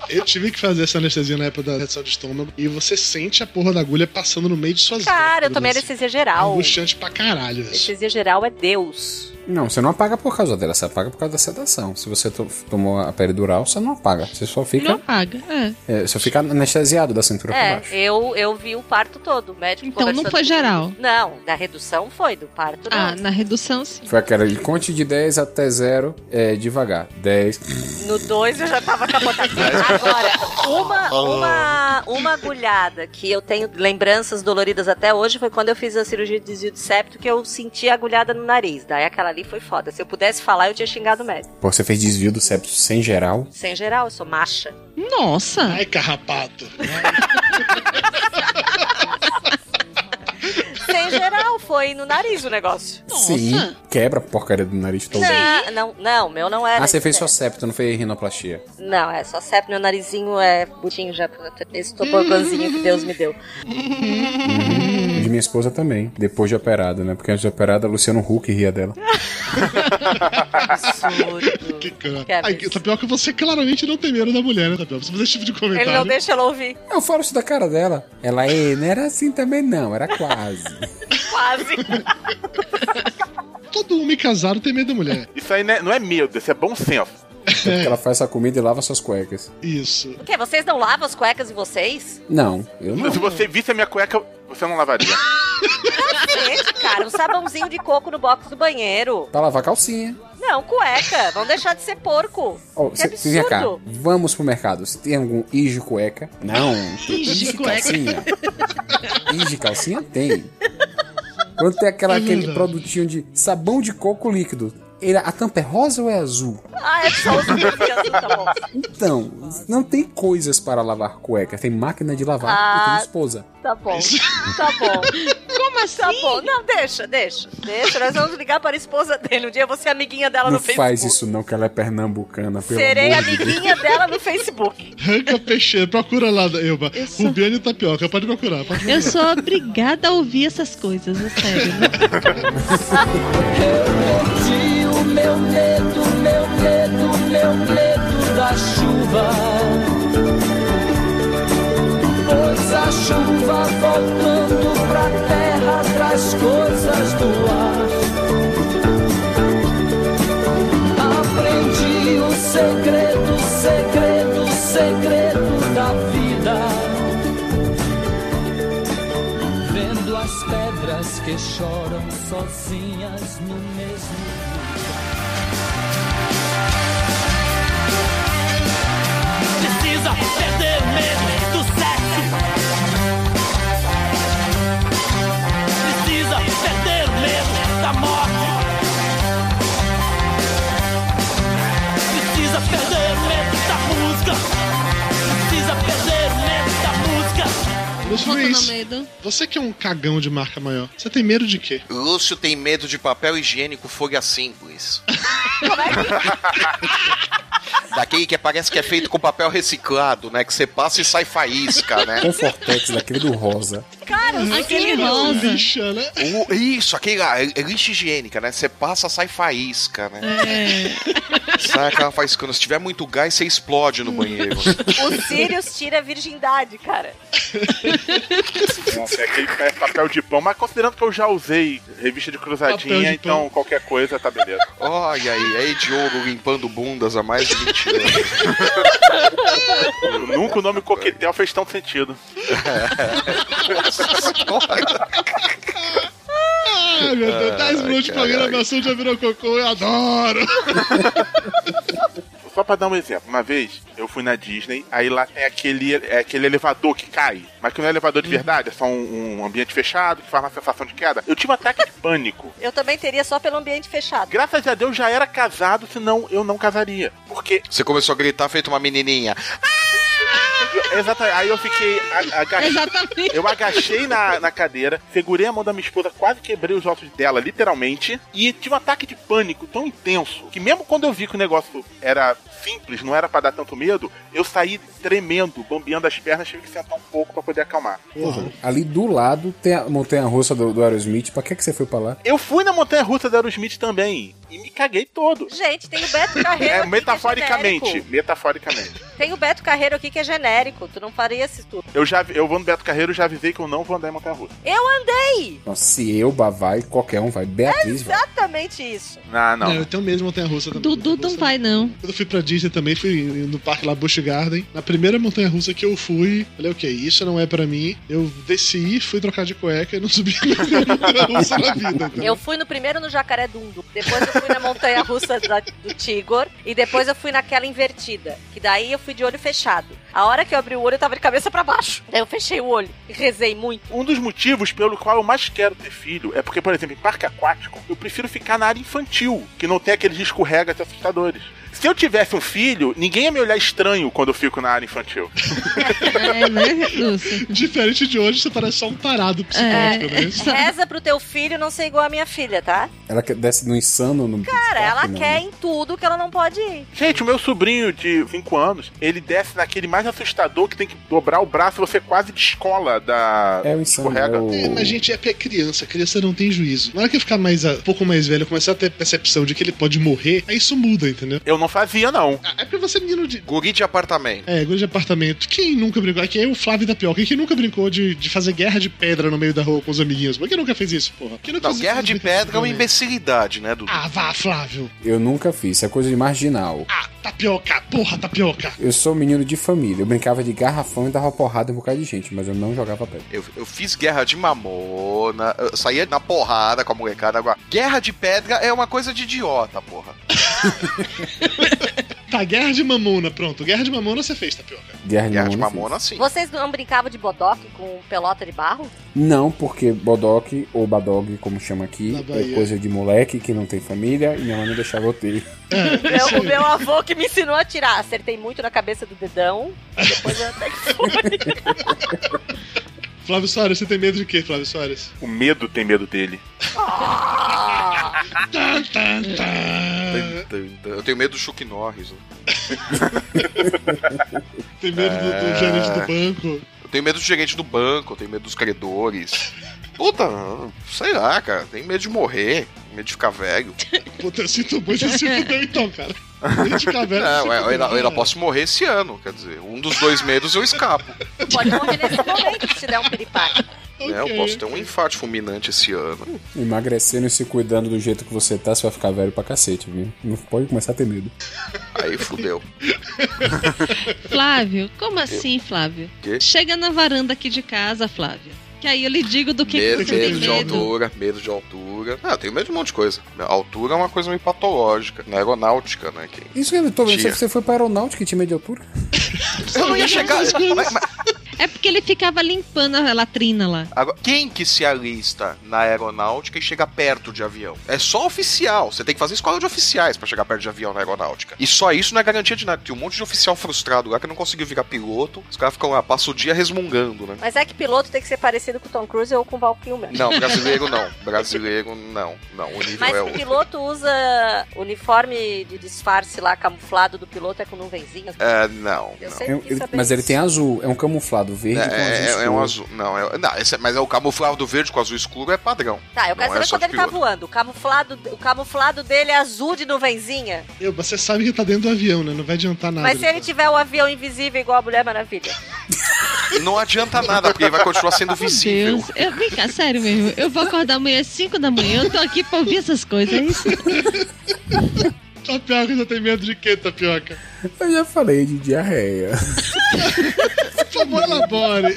Speaker 2: Eu tive que fazer essa anestesia na época da redução de estômago e você sente a porra da agulha passando no meio de suas
Speaker 7: Cara, eu
Speaker 2: vísceras,
Speaker 7: tomei
Speaker 2: assim.
Speaker 7: anestesia geral.
Speaker 2: Angustiante pra caralho. assim.
Speaker 7: Anestesia geral é Deus.
Speaker 6: Não, você não apaga por causa dela, você apaga por causa da sedação. Se você to- tomou a peridural, você não apaga. Você só
Speaker 3: Não
Speaker 6: fica,
Speaker 3: paga. É.
Speaker 6: é, só fica anestesiado da cintura pra
Speaker 7: É,
Speaker 6: baixo.
Speaker 7: eu, eu vi o parto todo. O médico
Speaker 3: Então não
Speaker 7: conversando
Speaker 3: foi
Speaker 7: comigo.
Speaker 3: geral.
Speaker 7: Não, da redução foi, do parto não.
Speaker 3: Ah, na redução sim.
Speaker 6: Foi aquela de conte de 10 até 0 é, devagar. 10.
Speaker 7: No 2 eu já tava capotando. Agora, uma, uma, uma agulhada que eu tenho lembranças doloridas até hoje foi quando eu fiz a cirurgia de desvio de septo que eu senti a agulhada no nariz. Daí aquela ali foi foda. Se eu pudesse falar, eu tinha xingado o médico.
Speaker 6: Pô, você fez desvio do septo sem geral?
Speaker 7: Sem geral, eu sou macha.
Speaker 3: Nossa!
Speaker 2: Ai, carrapato.
Speaker 7: Sem geral, foi no nariz o negócio.
Speaker 6: Sim. Quebra a porcaria do nariz todo.
Speaker 7: Não, não, não, meu não era.
Speaker 6: Ah, você
Speaker 7: esse
Speaker 6: fez só
Speaker 7: septo.
Speaker 6: septo, não fez rinoplastia.
Speaker 7: Não, é só septo. Meu narizinho é bonitinho já. Esse topoganzinho que Deus me deu.
Speaker 6: De minha esposa também, depois de operada, né? Porque antes de operada, a Luciano Huck ria dela.
Speaker 7: Hum.
Speaker 2: que cara. Ai, tapioca, você claramente não tem medo da mulher, né, Tapioca? Você fazer esse tipo de comentário.
Speaker 7: Ele não deixa ela ouvir.
Speaker 6: Eu falo isso da cara dela. Ela, "Ei, não era assim também não, era quase.
Speaker 7: Quase.
Speaker 2: Todo homem casado tem medo da mulher.
Speaker 4: Isso aí não é, não é medo, isso é bom senso.
Speaker 6: É porque ela faz essa comida e lava suas cuecas.
Speaker 2: Isso.
Speaker 7: O quê? Vocês não lavam as cuecas de vocês?
Speaker 6: Não, eu não.
Speaker 4: Se você visse a minha cueca, você não lavaria.
Speaker 7: Cacete, cara. Um sabãozinho de coco no box do banheiro.
Speaker 6: Pra lavar calcinha.
Speaker 7: Não, cueca. Vão deixar de ser porco.
Speaker 6: Ó,
Speaker 7: que
Speaker 6: cê-
Speaker 7: absurdo.
Speaker 6: vem cá, vamos pro mercado. Você tem algum Ige cueca? Não. tem
Speaker 7: Ige
Speaker 6: Ige
Speaker 7: cueca.
Speaker 6: calcinha. Ige calcinha tem. Quando tem aquela,
Speaker 7: É
Speaker 6: aquele
Speaker 7: verdade.
Speaker 6: produtinho de sabão de coco líquido. Ele, a tampa é rosa ou é azul?
Speaker 7: Ah, é só os brilhantes, tá bom.
Speaker 6: Então, não tem coisas para lavar cueca. Tem máquina de lavar e
Speaker 7: Ah.
Speaker 6: tem esposa.
Speaker 7: Tá bom. Tá bom. Como assim? Tá bom. Não, deixa, deixa. Deixa. Nós vamos ligar para a esposa dele. Um dia você é amiguinha dela
Speaker 6: não
Speaker 7: no Facebook.
Speaker 6: faz isso não, que ela é pernambucana, pelo
Speaker 7: Serei
Speaker 6: amor de Deus.
Speaker 7: amiguinha dela no Facebook.
Speaker 2: Ranca Peixeira, procura lá, Elba.
Speaker 3: Eu sou-
Speaker 2: Rubiane Tapioca, pode procurar. Pode procurar.
Speaker 3: Eu sou obrigada a ouvir essas coisas, é sério.
Speaker 13: Perdi o meu medo, meu medo, meu medo da chuva. Pois a chuva voltando pra terra traz coisas do ar. Aprendi o segredo, segredo, segredo da vida. Vendo as pedras que choram sozinhas no mesmo
Speaker 14: Precisa perder medo do sexo. Precisa perder medo da morte. Precisa perder medo da música. Precisa perder medo da música.
Speaker 2: Lúcio
Speaker 14: Volta no
Speaker 2: Luiz,
Speaker 14: medo.
Speaker 2: você que é um cagão de marca maior, você tem medo de quê?
Speaker 5: Lúcio tem medo de papel higiênico assim, folha simples. Daquele que parece que é feito com papel reciclado, né? Que você passa e sai faísca, né?
Speaker 6: Confortex, daquele do rosa.
Speaker 7: Cara, os
Speaker 2: Aquele
Speaker 7: meninos.
Speaker 2: lixa, né?
Speaker 5: O- isso, aquele lá, é, é lixa higiênica, né? Você passa, sai faísca, né? Sai aquela faísca. Se tiver muito gás, você explode no banheiro.
Speaker 7: O Sirius tira a virgindade, cara.
Speaker 4: Nossa, é aquele que é papel de pão, mas considerando que eu já usei revista de
Speaker 5: Papel
Speaker 4: cruzadinha,
Speaker 5: de
Speaker 4: então qualquer coisa tá beleza.
Speaker 5: Olha aí, aí é Diogo limpando bundas há mais de 20 anos.
Speaker 4: Nunca o nome coquetel fez tão sentido.
Speaker 2: Ai, Ah, meu Deus, 10
Speaker 4: Ai,
Speaker 2: minutos de
Speaker 4: caralho.
Speaker 2: programação já virou cocô, eu adoro!
Speaker 4: Só pra dar um exemplo, uma vez eu fui na Disney, aí lá tem aquele, é aquele elevador que cai, mas que não é elevador de
Speaker 5: Uhum.
Speaker 4: verdade, é só um, um ambiente fechado que faz uma sensação de queda. Eu tive um ataque de pânico.
Speaker 7: Eu também teria só pelo ambiente fechado.
Speaker 4: Graças a Deus já era casado, senão eu não casaria. Porque.
Speaker 5: Você começou a gritar feito uma menininha.
Speaker 4: Exatamente. Aí eu fiquei. a- aga-
Speaker 3: Exatamente.
Speaker 4: Eu agachei na, na cadeira, segurei a mão da minha esposa, quase quebrei os ossos dela, literalmente. E tive um ataque de pânico tão intenso que, mesmo quando eu vi que o negócio era simples, não era pra dar tanto medo, eu saí tremendo, bambeando as pernas, tive que sentar um pouco pra poder acalmar.
Speaker 6: Porra, ali do lado tem a montanha russa do, do Aerosmith. Pra que, que você foi pra lá?
Speaker 4: Eu fui na montanha russa da Aerosmith também e me caguei todo.
Speaker 7: Gente, tem o Beto Carreiro.
Speaker 4: É,
Speaker 7: aqui, que
Speaker 4: metaforicamente.
Speaker 7: genérico.
Speaker 4: Metaforicamente.
Speaker 7: Tem o Beto Carreiro aqui que é genérico. Tu não faria esse tudo.
Speaker 4: Eu já eu vou no Beto Carreiro, já avisei que eu não vou andar em montanha russa.
Speaker 7: Eu andei!
Speaker 6: Nossa, se eu, Bá, vai, qualquer um vai. Beatriz vai.
Speaker 7: Exatamente isso.
Speaker 4: Ah, não.
Speaker 2: É, eu tenho medo de montanha-russa também.
Speaker 3: Dudu não vai, não.
Speaker 2: Quando eu fui pra Disney também, fui no parque lá Busch Garden. Na primeira montanha-russa que eu fui, falei, ok, isso não é pra mim. Eu desci, fui trocar de cueca e não subi na montanha-russa na vida. entendeu?
Speaker 7: Eu fui no primeiro no Jacaré Dundo, depois eu fui na montanha russa da- do Tigor e depois eu fui naquela invertida, que daí eu fui de olho fechado. A hora que eu abri o olho eu tava de cabeça pra baixo. Daí eu fechei o olho e rezei muito.
Speaker 4: Um dos motivos pelo qual eu mais quero ter filho é porque, por exemplo, em parque aquático, eu prefiro ficar na área infantil, que não tem aqueles escorregas assustadores. Se eu tivesse um filho, ninguém ia me olhar estranho quando eu fico na área infantil.
Speaker 3: É, né,
Speaker 2: Diferente de hoje, você parece só um parado psicológico, né?
Speaker 7: Reza pro teu filho não ser igual a minha filha, tá?
Speaker 6: Ela que- desce no insano no.
Speaker 7: Cara, ela
Speaker 6: não, né?
Speaker 7: quer em tudo que ela não pode ir.
Speaker 4: Gente, o meu sobrinho de 5 anos, ele desce naquele mais assustador que tem que dobrar o braço e você quase descola da.
Speaker 6: É o insano.
Speaker 4: escorrega.
Speaker 2: É, mas gente, é porque é criança, criança não tem juízo. Na hora que eu ficar mais, ah, um pouco mais velho, começar a ter percepção de que ele pode morrer, aí isso muda, entendeu?
Speaker 4: Eu não fazia, não.
Speaker 2: É porque você é menino de.
Speaker 5: Guri de apartamento.
Speaker 2: É, guri de apartamento. Quem nunca brincou? Aqui é o Flávio da Pioca. Quem nunca brincou de, de fazer guerra de pedra no meio da rua com os amiguinhos? Mas quem nunca fez isso, porra? Quem nunca
Speaker 5: Não,
Speaker 2: fez
Speaker 5: guerra de pedra é uma imbecilidade, né, Dudu?
Speaker 2: Ah, vá, Flávio. Ah,
Speaker 6: Eu nunca fiz, isso é coisa de marginal.
Speaker 2: Tapioca, porra, tapioca.
Speaker 6: Eu sou menino de família, eu brincava de garrafão e dava porrada em um bocado de gente, mas eu não jogava pedra.
Speaker 5: Eu, eu fiz guerra de mamona, eu saía na porrada com a molecada. Agora, guerra de pedra é uma coisa de idiota, porra.
Speaker 2: Tá, guerra de mamona, pronto. Guerra de mamona você fez, tapioca.
Speaker 6: Guerra,
Speaker 5: de mamona, sim.
Speaker 7: Vocês não brincavam de bodoque com pelota de barro?
Speaker 6: Não, porque bodoque ou badog, como chama aqui,
Speaker 7: Na
Speaker 6: é
Speaker 7: Bahia.
Speaker 6: coisa de moleque que não tem família e minha mãe não deixava eu ter.
Speaker 7: Meu- o meu avô que me ensinou a tirar. Acertei muito na cabeça do dedão.
Speaker 2: Flávio Soares, você tem medo de quê, Flávio Soares?
Speaker 4: O medo tem medo dele.
Speaker 2: Tan, tan, tan.
Speaker 5: Eu tenho medo do Chuck Norris. né?
Speaker 2: Tem medo do, do
Speaker 5: É.
Speaker 2: gerente do banco.
Speaker 5: Eu tenho medo do gerente do banco, eu tenho medo dos credores. Puta, sei lá, cara. Tenho medo de morrer, medo de ficar velho.
Speaker 2: Puta, eu sinto muito, você se fudeu então, cara. Medo de ficar velho,
Speaker 5: É,
Speaker 2: você tá
Speaker 5: eu,
Speaker 2: se
Speaker 5: eu ainda,
Speaker 2: fudeu.
Speaker 5: eu ainda posso morrer esse ano, quer dizer, um dos dois medos eu escapo.
Speaker 7: Pode morrer nesse momento se der um piripaque.
Speaker 5: né? Eu posso ter um infarto fulminante esse ano.
Speaker 6: Emagrecendo e se cuidando do jeito que você tá, você vai ficar velho pra cacete, viu? Não pode começar a ter medo.
Speaker 5: Aí fudeu.
Speaker 3: Flávio, como assim, Flávio?
Speaker 5: Quê?
Speaker 3: Chega na varanda aqui de casa, Flávio. Que aí eu lhe digo do que, que
Speaker 5: medo,
Speaker 3: você tem
Speaker 5: medo de
Speaker 3: medo.
Speaker 5: altura, medo de altura. Ah, eu tenho medo de um monte de coisa. A altura é uma coisa meio patológica, na aeronáutica, né? Que...
Speaker 6: Isso que eu tô vendo,
Speaker 5: Tia.
Speaker 6: você foi pra aeronáutica e tinha medo de altura?
Speaker 5: Eu não ia chegar.
Speaker 3: É porque ele ficava limpando a latrina lá.
Speaker 5: Agora, quem que se alista na aeronáutica e chega perto de avião? É só oficial. Você tem que fazer escola de oficiais pra chegar perto de avião na aeronáutica. E só isso não é garantia de nada. Tem um monte de oficial frustrado lá que não conseguiu virar piloto. Os caras ficam lá, passa o dia resmungando, né?
Speaker 7: Mas é que piloto tem que ser parecido com o Tom Cruise ou com o Val Kilmer.
Speaker 5: Não, brasileiro não. Brasileiro não. Não, o nível
Speaker 7: Mas
Speaker 5: é
Speaker 7: o
Speaker 5: outro.
Speaker 7: piloto usa uniforme de disfarce lá, camuflado do piloto, é com nuvenzinhas.
Speaker 5: É, não.
Speaker 7: Eu
Speaker 5: não.
Speaker 7: sempre quis saber
Speaker 6: mas ele tem azul, é um camuflado verde com
Speaker 5: É,
Speaker 6: azul
Speaker 5: é, é
Speaker 6: escuro.
Speaker 5: um azul. Não, é, não esse é- mas é o camuflado do verde com azul escuro é padrão.
Speaker 7: Tá, eu
Speaker 5: Não é
Speaker 7: quero saber
Speaker 5: só
Speaker 7: quando
Speaker 5: de
Speaker 7: ele tá
Speaker 5: piloto.
Speaker 7: voando. O camuflado, o camuflado dele é azul de nuvenzinha.
Speaker 2: Eu, você sabe que tá dentro do avião, né? Não vai adiantar
Speaker 6: Hum.
Speaker 2: nada.
Speaker 7: Mas se ele tiver o avião invisível igual a Mulher Maravilha.
Speaker 5: Não adianta nada, porque ele vai continuar sendo visível.
Speaker 3: Deus, eu, vem cá, sério mesmo. Eu vou acordar amanhã às 5 da manhã, eu tô aqui pra ouvir essas coisas, é isso?
Speaker 2: Tapioca, você tem medo de quê, tapioca?
Speaker 6: Eu já falei de diarreia.
Speaker 2: Por favor, elabore.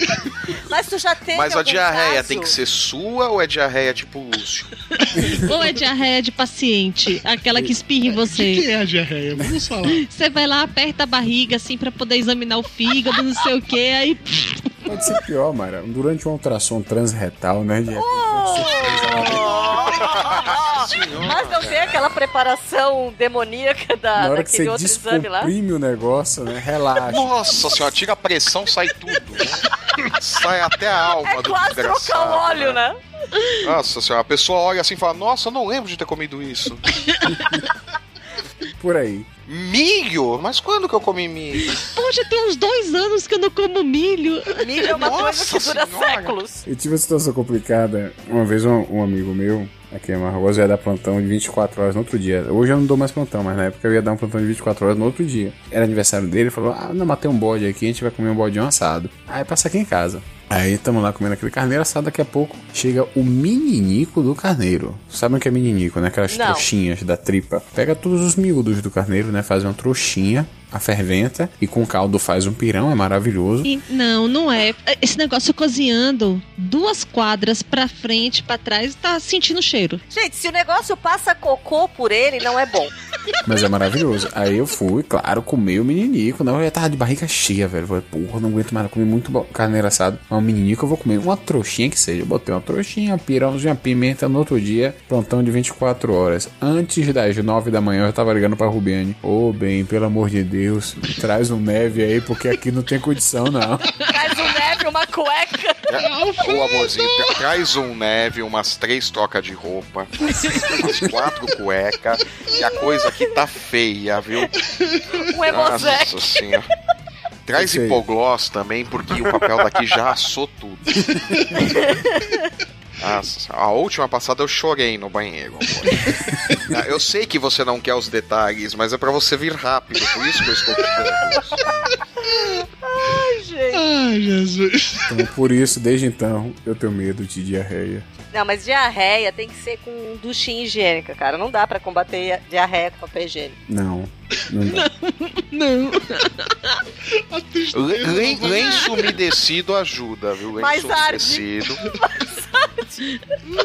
Speaker 7: Mas tu já teve
Speaker 5: Mas a
Speaker 7: algum
Speaker 5: diarreia
Speaker 7: caso?
Speaker 5: tem que ser sua ou é diarreia tipo Lúcio?
Speaker 3: Ou é diarreia de paciente, aquela que espirra em você.
Speaker 2: O que é a diarreia? Vamos falar.
Speaker 3: Você vai lá, aperta a barriga, assim, pra poder examinar o fígado, não sei o que, aí.
Speaker 6: Pode ser pior, Mara. Durante uma ultrassom transretal, né? de-
Speaker 7: Mas não tem aquela preparação demoníaca da,
Speaker 6: na hora que
Speaker 7: daquele
Speaker 6: você
Speaker 7: outro exame lá?
Speaker 6: descomprime o negócio, né? Relaxa.
Speaker 5: Nossa senhora, tira a pressão, sai tudo. né? sai até a alma
Speaker 7: É
Speaker 5: do
Speaker 7: quase trocar o
Speaker 5: desgraçado.
Speaker 7: óleo, né?
Speaker 5: Nossa senhora, a pessoa olha assim e fala: Nossa, eu não lembro de ter comido isso.
Speaker 6: Por aí.
Speaker 5: Milho? Mas quando que eu comi milho?
Speaker 3: Pô, já tem uns dois anos que eu não como milho.
Speaker 7: Milho é uma coisa que dura séculos.
Speaker 6: Eu tive uma situação complicada. Uma vez um, um amigo meu, aqui é Margosa, ia dar plantão de 24 horas no outro dia. Hoje eu não dou mais plantão, mas na época eu ia dar um plantão de 24 horas no outro dia. Era aniversário dele, ele falou: Ah, não, matei um bode aqui, a gente vai comer um bode assado. Aí passa aqui em casa. Aí estamos lá comendo aquele carneiro assado, daqui a pouco chega o meninico do carneiro. Sabem o que é meninico, né? Aquelas
Speaker 15: Não.
Speaker 6: trouxinhas da tripa. Pega todos os miúdos do carneiro, né? Faz uma trouxinha, aferventa, e com caldo faz um pirão, é maravilhoso.
Speaker 3: E- não, não é. Esse negócio cozinhando duas quadras pra frente, pra trás, tá sentindo o cheiro.
Speaker 7: Gente, se o negócio passa cocô por ele, não é bom.
Speaker 6: Mas é maravilhoso. Aí eu fui, claro, comi o meninico. Não, eu já tava de barriga cheia, velho. Eu Falei, porra, não aguento mais. Eu comi muito bo- carneiro assado. Mas o meninico eu vou comer uma trouxinha que seja. Eu botei uma trouxinha, uma pirãozinha, uma pimenta no outro dia. Plantão de 24 horas. Antes das 9 da manhã eu tava ligando pra Rubiane. Ô, bem, pelo amor de Deus, traz um neve aí, porque aqui não tem condição, não.
Speaker 7: Traz um neve, uma cueca.
Speaker 5: Ô, É, amorzinho, tra- traz um neve, umas três trocas de roupa, umas quatro cueca, e a coisa aqui tá feia, viu?
Speaker 7: Um emozec.
Speaker 5: Nossa senhora. Traz hipoglós também, porque o papel daqui já assou tudo. Nossa, a última passada eu chorei no banheiro. amor. Eu sei que você não quer os detalhes, mas é pra você vir rápido, por isso que eu estou te dando.
Speaker 7: Ai, gente.
Speaker 2: Ai, Jesus.
Speaker 6: Então, por isso, desde então, eu tenho medo de diarreia.
Speaker 7: Não, mas diarreia tem que ser com duchinha higiênica, cara. Não dá pra combater a- diarreia com papel higiênico.
Speaker 6: Não, não dá.
Speaker 3: Não.
Speaker 5: Le- len- Lenço umedecido ajuda, viu? Lenço
Speaker 7: Mas arde.
Speaker 5: umedecido.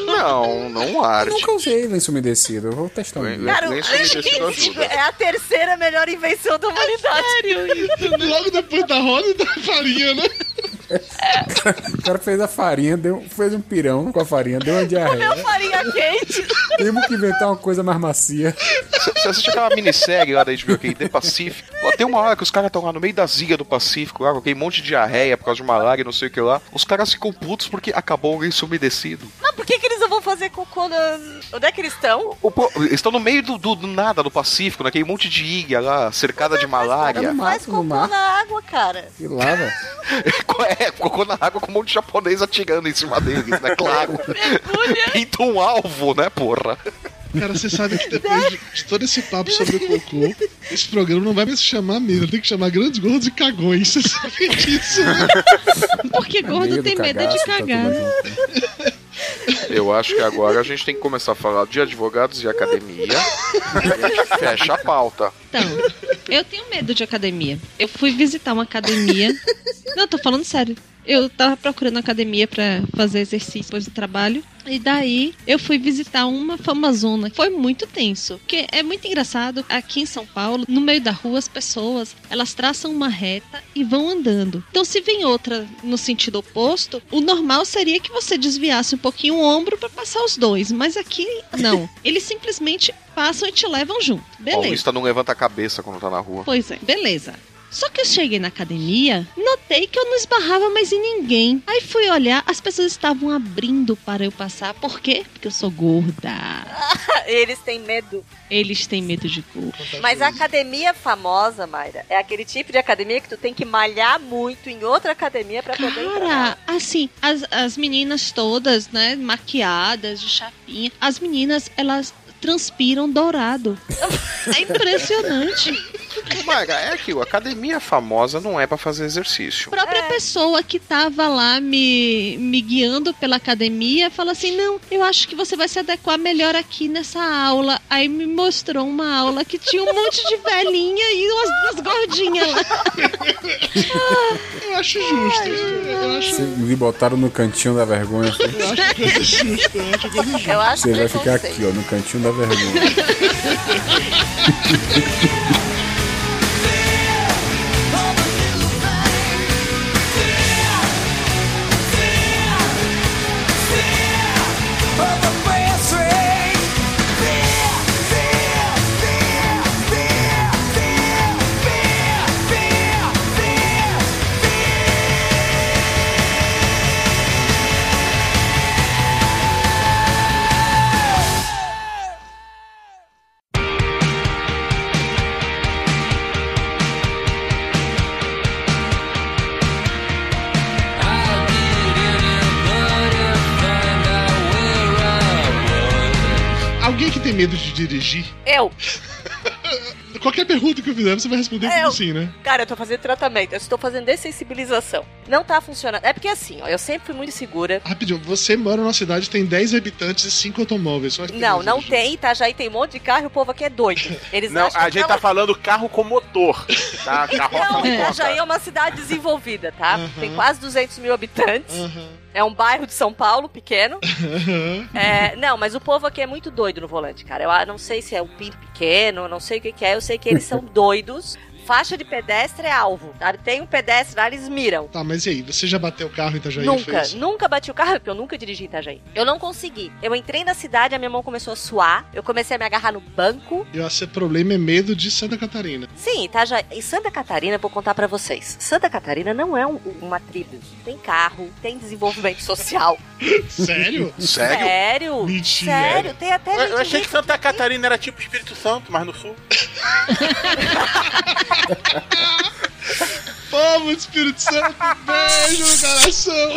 Speaker 5: Não, não
Speaker 6: Eu
Speaker 5: arde.
Speaker 6: nunca usei lenço umedecido. Eu vou testar um dia.
Speaker 7: Cara, o é a terceira melhor invenção da humanidade.
Speaker 2: Logo depois da roda e da farinha, né?
Speaker 6: O cara fez a farinha, deu, fez um pirão com a farinha, deu uma diarreia.
Speaker 7: farinha quente.
Speaker 6: Temos que inventar uma coisa mais macia.
Speaker 5: Você você assiste aquela minissérie lá da HBO que é The Pacific? Ó, Tem uma hora que os caras estão lá no meio da ziga do Pacífico, lá, com aquele monte de diarreia por causa de malária, não sei o que lá. Os caras ficam putos porque acabou o lenço umedecido.
Speaker 7: Mas por que, que eles não vão fazer cocô na... Onde é que eles estão?
Speaker 5: O po- Eles estão no meio do, do- do nada do Pacífico, naquele monte de ilha lá, cercada de malária.
Speaker 7: Faz cocô na água, cara.
Speaker 6: E lá, velho.
Speaker 5: É, cocô na água com um monte de japonês atirando em cima deles, né? Claro. Pinta um alvo, né, porra?
Speaker 2: Cara, você sabe que depois de, de todo esse papo sobre cocô, esse programa não vai mais se chamar mesmo. Tem que chamar Grandes Gordos e Cagões. Você sabe disso, né?
Speaker 3: Porque gordo tem medo é de
Speaker 6: tá
Speaker 3: cagar. né?
Speaker 5: Eu acho que agora a gente tem que começar a falar de advogados e academia. E a gente fecha a pauta.
Speaker 3: Então, eu tenho medo de academia. Eu fui visitar uma academia. Não, tô falando sério. Eu tava procurando academia pra fazer exercício depois do trabalho. E daí eu fui visitar uma famazona. Foi muito tenso. Porque é muito engraçado, aqui em São Paulo, no meio da rua, as pessoas elas traçam uma reta e vão andando. Então, se vem outra no sentido oposto, o normal seria que você desviasse um pouquinho o ombro pra passar os dois. Mas aqui, não. Eles simplesmente passam e te levam junto. Beleza.
Speaker 5: Paulista não levanta a cabeça quando tá na rua.
Speaker 3: Pois é, beleza. Só que eu cheguei na academia, notei que eu não esbarrava mais em ninguém. Aí fui olhar, as pessoas estavam abrindo para eu passar. Por quê? Porque eu sou gorda.
Speaker 7: Eles têm medo.
Speaker 3: Eles têm medo de gordo.
Speaker 7: Mas a academia famosa, Mayra, é aquele tipo de academia que tu tem que malhar muito em outra academia pra poder entrar.
Speaker 3: Cara, assim, as, as meninas todas, né, maquiadas, de chapinha, as meninas, elas transpiram dourado. É impressionante.
Speaker 5: Maga, é aquilo, academia famosa não é pra fazer exercício.
Speaker 3: A própria
Speaker 7: É.
Speaker 3: pessoa que tava lá me, me guiando pela academia fala assim: não, eu acho que você vai se adequar melhor aqui nessa aula. Aí me mostrou uma aula que tinha um monte de velhinha e umas duas gordinhas lá.
Speaker 2: Eu acho justo. Eu acho,
Speaker 6: Se me botaram no cantinho da vergonha. assim.
Speaker 2: eu acho que é justo. Eu acho que é justo.
Speaker 7: Eu acho
Speaker 6: Você vai ficar
Speaker 7: preconceito.
Speaker 6: aqui, ó, no cantinho da vergonha.
Speaker 2: Alguém que tem medo de dirigir,
Speaker 7: Eu,
Speaker 2: qualquer pergunta que eu fizer, você vai responder
Speaker 7: Eu.
Speaker 2: como sim, né?
Speaker 7: cara, eu tô fazendo tratamento, eu estou fazendo dessensibilização. Não tá funcionando. É porque assim, ó, eu sempre fui muito segura.
Speaker 2: Rapidinho, você mora numa cidade que tem 10 habitantes e 5 automóveis. Só que
Speaker 7: Não, não tem, Itajaí tem um monte de carro e o povo aqui é doido. Eles
Speaker 4: Não,
Speaker 7: acham
Speaker 4: a
Speaker 7: que
Speaker 4: gente tá falando carro com motor. Tá? Carroça
Speaker 7: Não,
Speaker 4: não
Speaker 7: Itajaí é
Speaker 4: conta.
Speaker 7: uma cidade desenvolvida, tá? Tem quase 200 mil habitantes. É um bairro de São Paulo, pequeno. É, não, mas o povo aqui é muito doido no volante, cara. Eu ah, não sei se é um pinto pequeno, eu não sei o que, que é, eu sei que eles são doidos. Faixa de pedestre é alvo, tá? Tem um pedestre lá, eles miram.
Speaker 2: Tá, mas e aí? Você já bateu o carro em Itajaí? e
Speaker 7: Nunca,
Speaker 2: fez?
Speaker 7: nunca bati o carro, porque eu nunca dirigi em Itajaí. Eu não consegui. Eu entrei na cidade, a minha mão começou a suar, eu comecei a me agarrar no banco.
Speaker 2: Eu acho que o problema é medo de Santa Catarina.
Speaker 7: Sim, Itajaí. E Santa Catarina, eu vou contar pra vocês. Santa Catarina não é um- uma tribo. Tem carro, tem desenvolvimento social.
Speaker 2: Sério?
Speaker 5: Sério?
Speaker 7: Sério?
Speaker 2: Mentira.
Speaker 7: Sério, tem até
Speaker 4: Eu,
Speaker 7: gente
Speaker 4: eu achei que
Speaker 7: rica.
Speaker 4: Santa Catarina era tipo Espírito Santo, mas no sul.
Speaker 2: Vamos, Espírito Santo, um beijo no coração.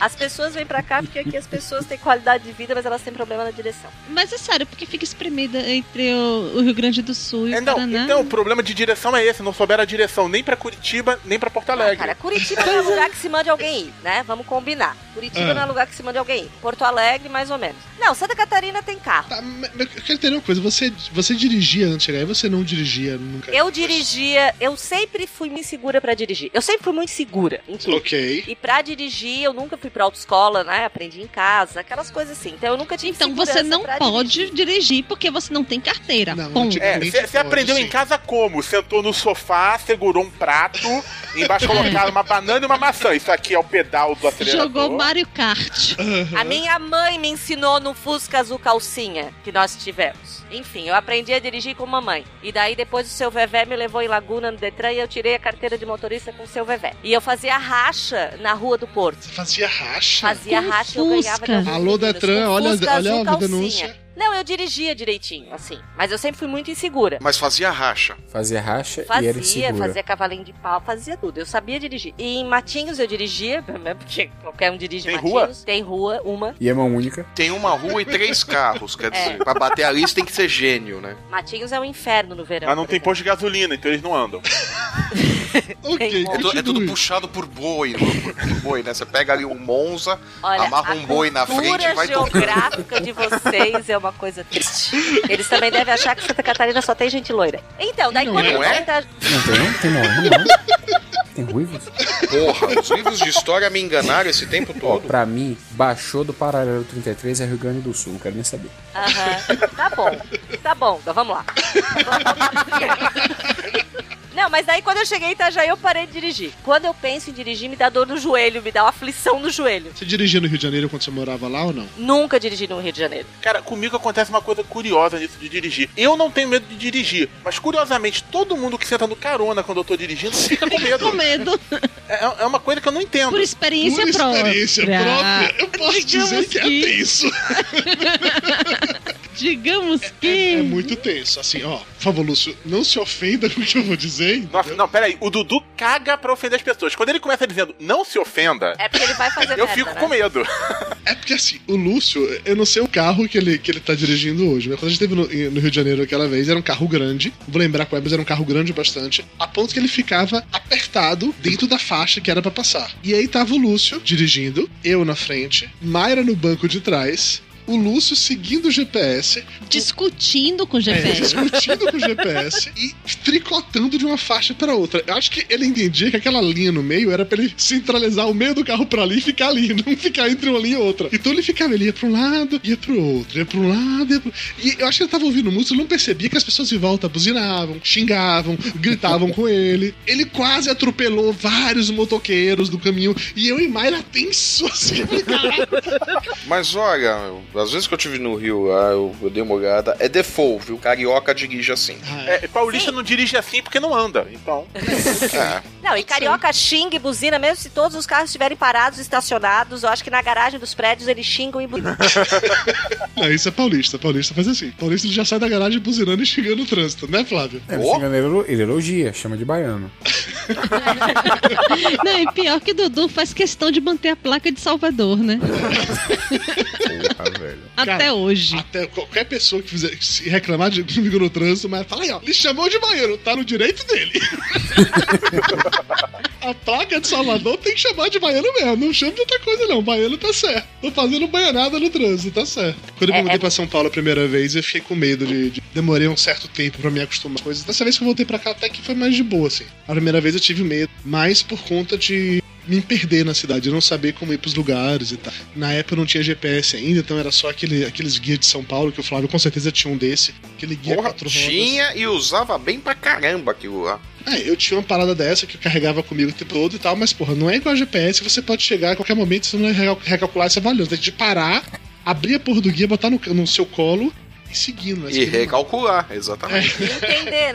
Speaker 7: As pessoas vêm pra cá porque aqui as pessoas têm qualidade de vida, mas elas têm problema na direção.
Speaker 3: Mas é sério, porque fica espremida entre o, o Rio Grande do Sul e o
Speaker 4: Então,
Speaker 3: Paraná.
Speaker 4: então, o problema de direção é esse. Não souberam a direção nem pra Curitiba, nem pra Porto Alegre.
Speaker 7: Cara, Curitiba não é lugar que se mande alguém ir, né? Vamos combinar. Curitiba
Speaker 4: É.
Speaker 7: não é lugar que se mande alguém ir. Porto Alegre, mais ou menos. Não, Santa Catarina tem carro.
Speaker 2: Tá, Eu quero entender uma coisa, você, você dirigia antes de chegar aí, você não dirigia nunca.
Speaker 7: Eu dirigia, eu sempre fui me segura pra dirigir. Eu sempre fui muito segura. em tudo.
Speaker 2: Ok.
Speaker 7: E pra dirigir, eu nunca fui pra autoescola, né? Aprendi em casa, aquelas coisas assim. Então eu nunca tive
Speaker 3: Então você
Speaker 7: segurança
Speaker 3: não
Speaker 7: pra
Speaker 3: pode dirigir porque você não tem carteira. Ponto.
Speaker 4: É, você você aprendeu em casa como? Sentou no sofá, segurou um prato, embaixo colocaram uma banana e uma maçã. Isso aqui é o pedal do acelerador.
Speaker 3: Jogou Mario Kart.
Speaker 2: Uhum.
Speaker 7: A minha mãe me ensinou no Fusca Azul Calcinha que nós tivemos. Enfim, eu aprendi a dirigir com mamãe. E daí depois o seu Vevé me levou em Laguna no Detran e eu tirei a carteira de motorista com o seu Vevé. E eu fazia racha na rua do Porto. Você
Speaker 2: fazia racha?
Speaker 7: Fazia
Speaker 2: Com
Speaker 7: racha, eu ganhava de algumas
Speaker 2: Alô,
Speaker 7: bebidas.
Speaker 2: Detran,
Speaker 7: Com
Speaker 2: olha-
Speaker 7: Fusca
Speaker 2: olha a
Speaker 7: Azul Calcinha.
Speaker 2: denúncia.
Speaker 7: Não, eu dirigia direitinho, assim. Mas eu sempre fui muito insegura.
Speaker 5: Mas fazia racha.
Speaker 6: Fazia racha e era
Speaker 7: Fazia,
Speaker 6: insegura.
Speaker 7: fazia cavalinho de pau, fazia tudo. Eu sabia dirigir. E em Matinhos eu dirigia, né, porque qualquer um dirige
Speaker 5: Tem rua?
Speaker 7: Matinhos. Tem rua, uma.
Speaker 6: E é mão única.
Speaker 5: Tem uma rua e três carros, quer
Speaker 7: É.
Speaker 5: dizer, pra bater a lista tem que ser gênio, né?
Speaker 7: Matinhos é um inferno no verão.
Speaker 4: Mas não tem posto de gasolina, então eles não andam.
Speaker 2: Ok,
Speaker 5: É, tu- é tudo puxado por boi, por, por boi, né? Você pega ali um Monza,
Speaker 7: Olha,
Speaker 5: amarra
Speaker 7: a
Speaker 5: um boi na frente e
Speaker 7: cultura
Speaker 5: vai
Speaker 7: geográfica de vocês é uma coisa triste. Eles também devem achar que Santa Catarina só tem gente loira. Então, daí
Speaker 6: Não
Speaker 7: quando
Speaker 6: é.
Speaker 7: eu
Speaker 6: Não é?
Speaker 7: conta-
Speaker 6: Não tem, não? Tem morrinho, não? Tem ruivos?
Speaker 5: Porra, os livros de história me enganaram esse tempo
Speaker 6: Ó,
Speaker 5: todo.
Speaker 6: pra mim, baixou do Paralelo 33 é Rio Grande do Sul, não quero nem saber.
Speaker 7: Aham. Tá bom, tá bom, então vamos lá. Não, mas daí quando eu cheguei em Itajaí eu parei de dirigir. Quando eu penso em dirigir, me dá dor no joelho, me dá uma aflição no joelho.
Speaker 2: Você dirigia no Rio de Janeiro quando você morava lá ou não?
Speaker 7: Nunca dirigi no Rio de Janeiro.
Speaker 4: Cara, comigo acontece uma coisa curiosa nisso de dirigir. Eu não tenho medo de dirigir, mas curiosamente todo mundo que senta no carona quando eu tô dirigindo fica com medo.
Speaker 3: Com medo.
Speaker 4: É, é uma coisa que eu não entendo.
Speaker 3: Por experiência
Speaker 5: é
Speaker 4: Por
Speaker 3: própria.
Speaker 4: experiência
Speaker 3: Ah.
Speaker 4: própria, eu posso dizer que é
Speaker 2: tenso.
Speaker 3: Digamos que.
Speaker 2: É, é muito tenso. Assim, ó, por favor, Lúcio, não se ofenda com o que eu vou dizer. hein?
Speaker 4: Nossa, não, peraí. O Dudu caga pra ofender as pessoas. Quando ele começa dizendo, não se ofenda,
Speaker 7: É porque ele vai fazer
Speaker 4: eu
Speaker 7: merda,
Speaker 4: fico
Speaker 7: né?
Speaker 4: com medo.
Speaker 2: É porque assim, o Lúcio, eu não sei o carro que ele, que ele tá dirigindo hoje, mas quando a gente teve no, em- no Rio de Janeiro aquela vez, era um carro grande. Vou lembrar com o Ebers, era um carro grande bastante, a ponto que ele ficava apertado dentro da faixa que era pra passar. E aí tava o Lúcio dirigindo, eu na frente, Mayra no banco de trás. O Lúcio seguindo o GPS.
Speaker 3: Discutindo com o GPS.
Speaker 2: É, discutindo com o GPS e tricotando de uma faixa pra outra. Eu acho que ele entendia que aquela linha no meio era pra ele centralizar o meio do carro pra ali e ficar ali, não ficar entre uma linha e outra. Então ele ficava, ele ia pra um lado, ia pro outro, ia pra um lado, ia pro... E eu acho que ele tava ouvindo música, ele não percebia que as pessoas em volta buzinavam, xingavam, gritavam com ele. Ele quase atropelou vários motoqueiros do caminho e eu e Mayra tenso assim,
Speaker 5: Mas olha, eu- às vezes que eu tive no Rio, ah, eu, eu dei uma olhada, é default, viu? Carioca dirige assim.
Speaker 2: Ah,
Speaker 4: É, paulista não dirige assim porque não anda. Então.
Speaker 5: É.
Speaker 7: Não, e carioca xinga e buzina, mesmo se todos os carros estiverem parados, estacionados. Eu acho que na garagem dos prédios eles xingam e buzinam.
Speaker 2: Não, isso é paulista. Paulista faz assim. Paulista ele já sai da garagem buzinando e xingando o trânsito, né, Flávio?
Speaker 6: É, ele, xinga, ele elo- ele elogia, chama de baiano.
Speaker 3: Não, e pior que Dudu faz questão de manter a placa de Salvador, né? Até hoje.
Speaker 2: Até qualquer pessoa que fizer que se reclamar de comigo no trânsito, mas fala aí, ó, ele chamou de banheiro, tá no direito dele. A placa de Salvador tem que chamar de baiano mesmo. Não chama de outra coisa, não. Baiano tá certo. Tô fazendo baianada no trânsito, tá certo. Quando eu me
Speaker 15: É,
Speaker 2: mudei
Speaker 15: é-
Speaker 2: pra São Paulo a primeira vez, eu fiquei com medo de. de- Demorei um certo tempo pra me acostumar com coisas. Dessa vez que eu voltei pra cá, até que foi mais de boa, assim. A primeira vez eu tive medo, mais por conta de me perder na cidade, eu não saber como ir pros lugares e tal. Na época eu não tinha GPS ainda, então era só aquele, aqueles guias de São Paulo, que o Flávio com certeza tinha um desse. Aquele guia
Speaker 5: Porra,
Speaker 2: quatro rodas.
Speaker 5: tinha e usava bem pra caramba aquilo lá.
Speaker 2: É, eu tinha uma parada dessa que eu carregava comigo o tempo todo e tal, mas porra, não é igual GPS, você pode chegar a qualquer momento, se não recal- recalcular, isso é valioso. Tem que parar, abrir a porra do guia, botar no, no seu colo e seguindo. né?
Speaker 5: E
Speaker 2: Seguindo.
Speaker 5: recalcular, exatamente.
Speaker 7: Entender,